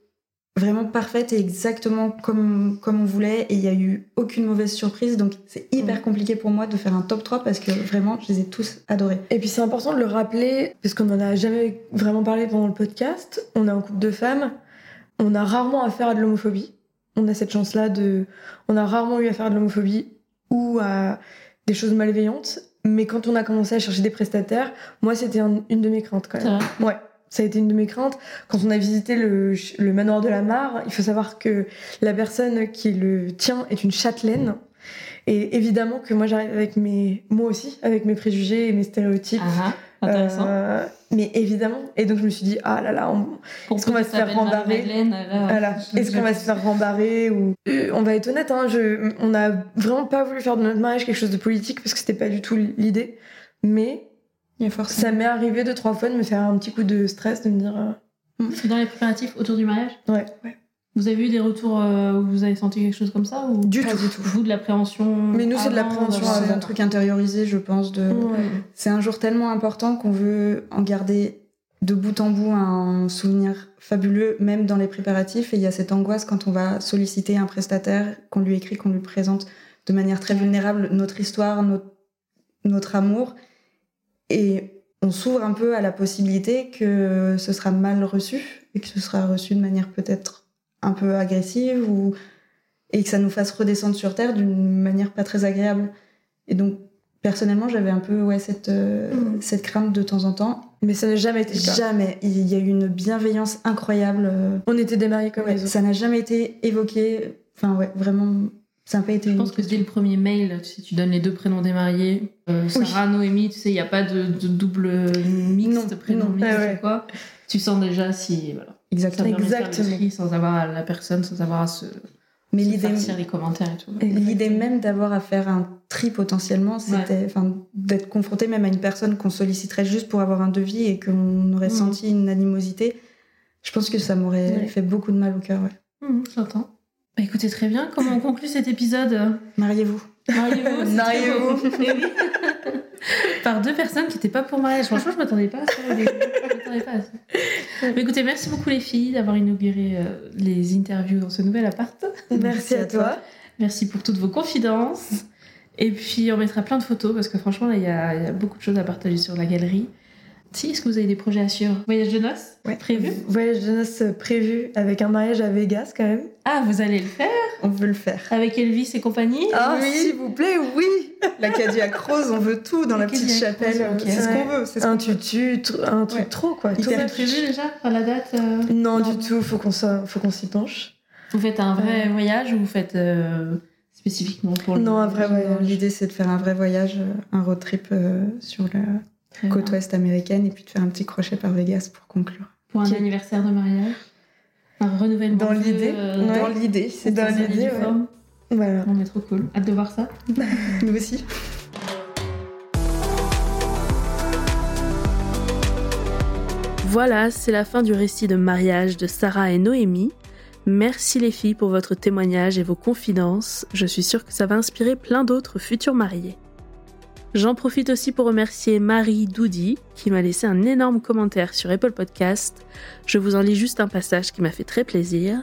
S3: vraiment parfaites et exactement comme, comme on voulait. Et il n'y a eu aucune mauvaise surprise. Donc c'est hyper
S2: Ouais.
S3: compliqué pour moi de faire un top 3 parce que vraiment, je les ai tous adorés.
S2: Et puis c'est important de le rappeler, parce qu'on n'en a jamais vraiment parlé pendant le podcast. On est un couple de femmes, on a rarement affaire à de l'homophobie. On a cette chance-là de. On a rarement eu affaire à de l'homophobie ou à des choses malveillantes. Mais quand on a commencé à chercher des prestataires, moi c'était un- une de mes craintes quand
S1: C'est
S2: même.
S1: vrai.
S2: Ouais, ça a été une de mes craintes. Quand on a visité le, ch- le manoir de la Mare, il faut savoir que la personne qui le tient est une châtelaine. Et évidemment que moi j'arrive avec mes. Moi aussi, avec mes préjugés et mes stéréotypes.
S1: Ah, ah, intéressant.
S2: Euh, mais évidemment. Et donc je me suis dit, ah là là, on-
S1: Pour
S2: Est-ce qu'on
S1: peu
S2: va
S1: que
S2: se faire
S1: t'appelles Marie
S2: rembarrer
S1: Madeleine, là,
S2: voilà.
S1: Ah, je-
S2: est-ce
S1: je-
S2: qu'on va se faire rembarrer ou... Euh, On va être honnête, hein, je... on a vraiment pas voulu faire de notre mariage quelque chose de politique parce que c'était pas du tout l'idée. Mais
S3: Il y a forcément.
S2: ça m'est arrivé deux, trois fois de me faire un petit coup de stress, de me dire. euh,
S1: Dans les préparatifs autour du mariage
S2: Ouais.
S1: Vous avez eu des retours euh, où vous avez senti quelque chose comme ça ou
S2: Du
S3: Pas
S2: tout.
S3: du tout.
S1: Vous de l'appréhension
S2: Mais nous, c'est de
S1: avant,
S2: l'appréhension
S1: d'avoir-
S3: C'est un truc intériorisé, je pense,
S1: Euh,
S3: de,
S2: Ouais.
S3: C'est un jour tellement important qu'on veut en garder de bout en bout un souvenir fabuleux, même dans les préparatifs. Et il y a cette angoisse quand on va solliciter un prestataire, qu'on lui écrit, qu'on lui présente de manière très vulnérable notre histoire, notre, notre amour. Et on s'ouvre un peu à la possibilité que ce sera mal reçu et que ce sera reçu de manière peut-être un peu agressive ou et que ça nous fasse redescendre sur terre d'une manière pas très agréable. Et donc personnellement, j'avais un peu ouais cette euh,
S2: Mhm.
S3: cette crainte de temps en temps.
S2: Mais ça n'a jamais été le cas.
S3: Jamais, il y a eu une bienveillance incroyable. euh,
S2: On était des mariés comme
S3: ouais,
S2: les autres.
S3: ça n'a jamais été évoqué. Enfin ouais, vraiment, ça n'a pas été.
S1: Je pense que dès le premier mail, si tu donnes les deux prénoms des mariés, euh, Sarah, Noémie, tu sais, il n'y a pas de, de double
S3: Non,
S1: mixte, prénom
S3: non.
S1: mixte
S2: Ah ouais.
S1: ou quoi. Tu sens déjà si. Voilà, ça
S3: Exactement.
S1: permet de faire le
S2: Exactement.
S1: tri sans avoir à la personne, sans avoir à se,
S3: Mais
S1: se
S3: l'idée
S1: faire tirer les commentaires et tout.
S3: L'idée même d'avoir à faire un tri potentiellement, c'était enfin, d'être confronté même à une personne qu'on solliciterait juste pour avoir un devis et qu'on aurait
S1: Mhm.
S3: senti une animosité. Je pense que ça m'aurait
S2: Ouais.
S3: fait beaucoup de mal au cœur. ouais.
S1: Hmm,
S4: Mmh, J'entends. Bah, écoutez, très bien. Comment on conclut cet épisode
S3: Mariez-vous.
S4: Mariez-vous. c'est
S3: Mariez-vous.
S4: très beau. Eh oui. Par deux personnes qui n'étaient pas pour mariage. Franchement, je m'attendais pas à ça. au début. Je m'attendais pas à ça. Mais écoutez, merci beaucoup les filles d'avoir inauguré euh, les interviews dans ce nouvel appart.
S2: Merci à toi.
S4: Merci pour toutes vos confidences. Et puis, on mettra plein de photos parce que franchement, là, il y, a il y a beaucoup de choses à partager sur la galerie. Si, est-ce que vous avez des projets à suivre Voyage de noces
S2: Ouais.
S4: prévu
S2: Voyage de noces prévu avec un mariage à Vegas quand même.
S4: Ah, vous allez le faire
S3: On veut le faire.
S4: avec Elvis et compagnie
S3: Ah,
S2: oui.
S3: s'il vous plaît, oui La Cadillac Rose, on veut tout dans la
S4: La
S3: petite
S4: Cadillac
S3: chapelle.
S4: Rose, ok.
S3: C'est ce
S2: Ouais.
S3: qu'on veut. C'est ce
S2: Un
S3: qu'on veut.
S2: tutu, tr- un truc
S3: Ouais.
S2: trop quoi.
S4: Tout
S2: Tout-
S4: ça
S3: hyper
S4: prévu
S3: riche.
S4: déjà Enfin, la date euh,
S2: Non,
S3: Non.
S2: du tout, faut qu'on s'en- faut qu'on s'y penche.
S4: Vous faites un vrai voyage ou vous faites euh, spécifiquement pour le-
S2: Non, un vrai
S4: Non,
S2: voyage.
S4: l'idée-
S3: euh, L'idée, c'est de faire un vrai voyage, euh, un road trip euh, sur la
S4: Très
S3: côte
S4: bien.
S3: ouest américaine et puis de faire un petit crochet par Vegas pour conclure.
S4: Pour un
S2: Qui-
S4: anniversaire de mariage Un renouvellement
S3: Dans
S4: de,
S3: l'idée.
S4: euh,
S2: Ouais.
S3: Dans l'idée,
S2: C'est
S3: c'est
S2: dans
S4: dans
S2: l'idée,
S4: l'idée,
S2: ouais. Voilà.
S4: Bon, mais trop cool. Hâte de voir ça.
S3: nous aussi.
S1: Voilà, c'est la fin du récit de mariage de Sarah et Noémie. Merci les filles pour votre témoignage et vos confidences. Je suis sûre que ça va inspirer plein d'autres futurs mariés. J'en profite aussi pour remercier Marie Doudi qui m'a laissé un énorme commentaire sur Apple Podcast. Je vous en lis juste un passage qui m'a fait très plaisir.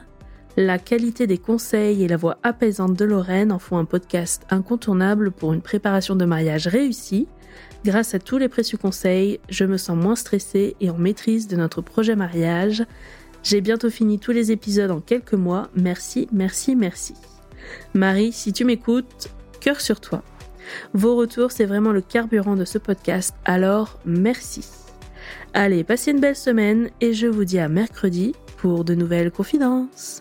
S1: La qualité des conseils et la voix apaisante de Lorraine en font un podcast incontournable pour une préparation de mariage réussie. Grâce à tous les précieux conseils, je me sens moins stressée et en maîtrise de notre projet mariage. J'ai bientôt fini tous les épisodes en quelques mois. Merci, merci, merci. Marie, si tu m'écoutes, cœur sur toi. Vos retours, c'est vraiment le carburant de ce podcast, alors merci. Allez, passez une belle semaine et je vous dis à mercredi pour de nouvelles confidences.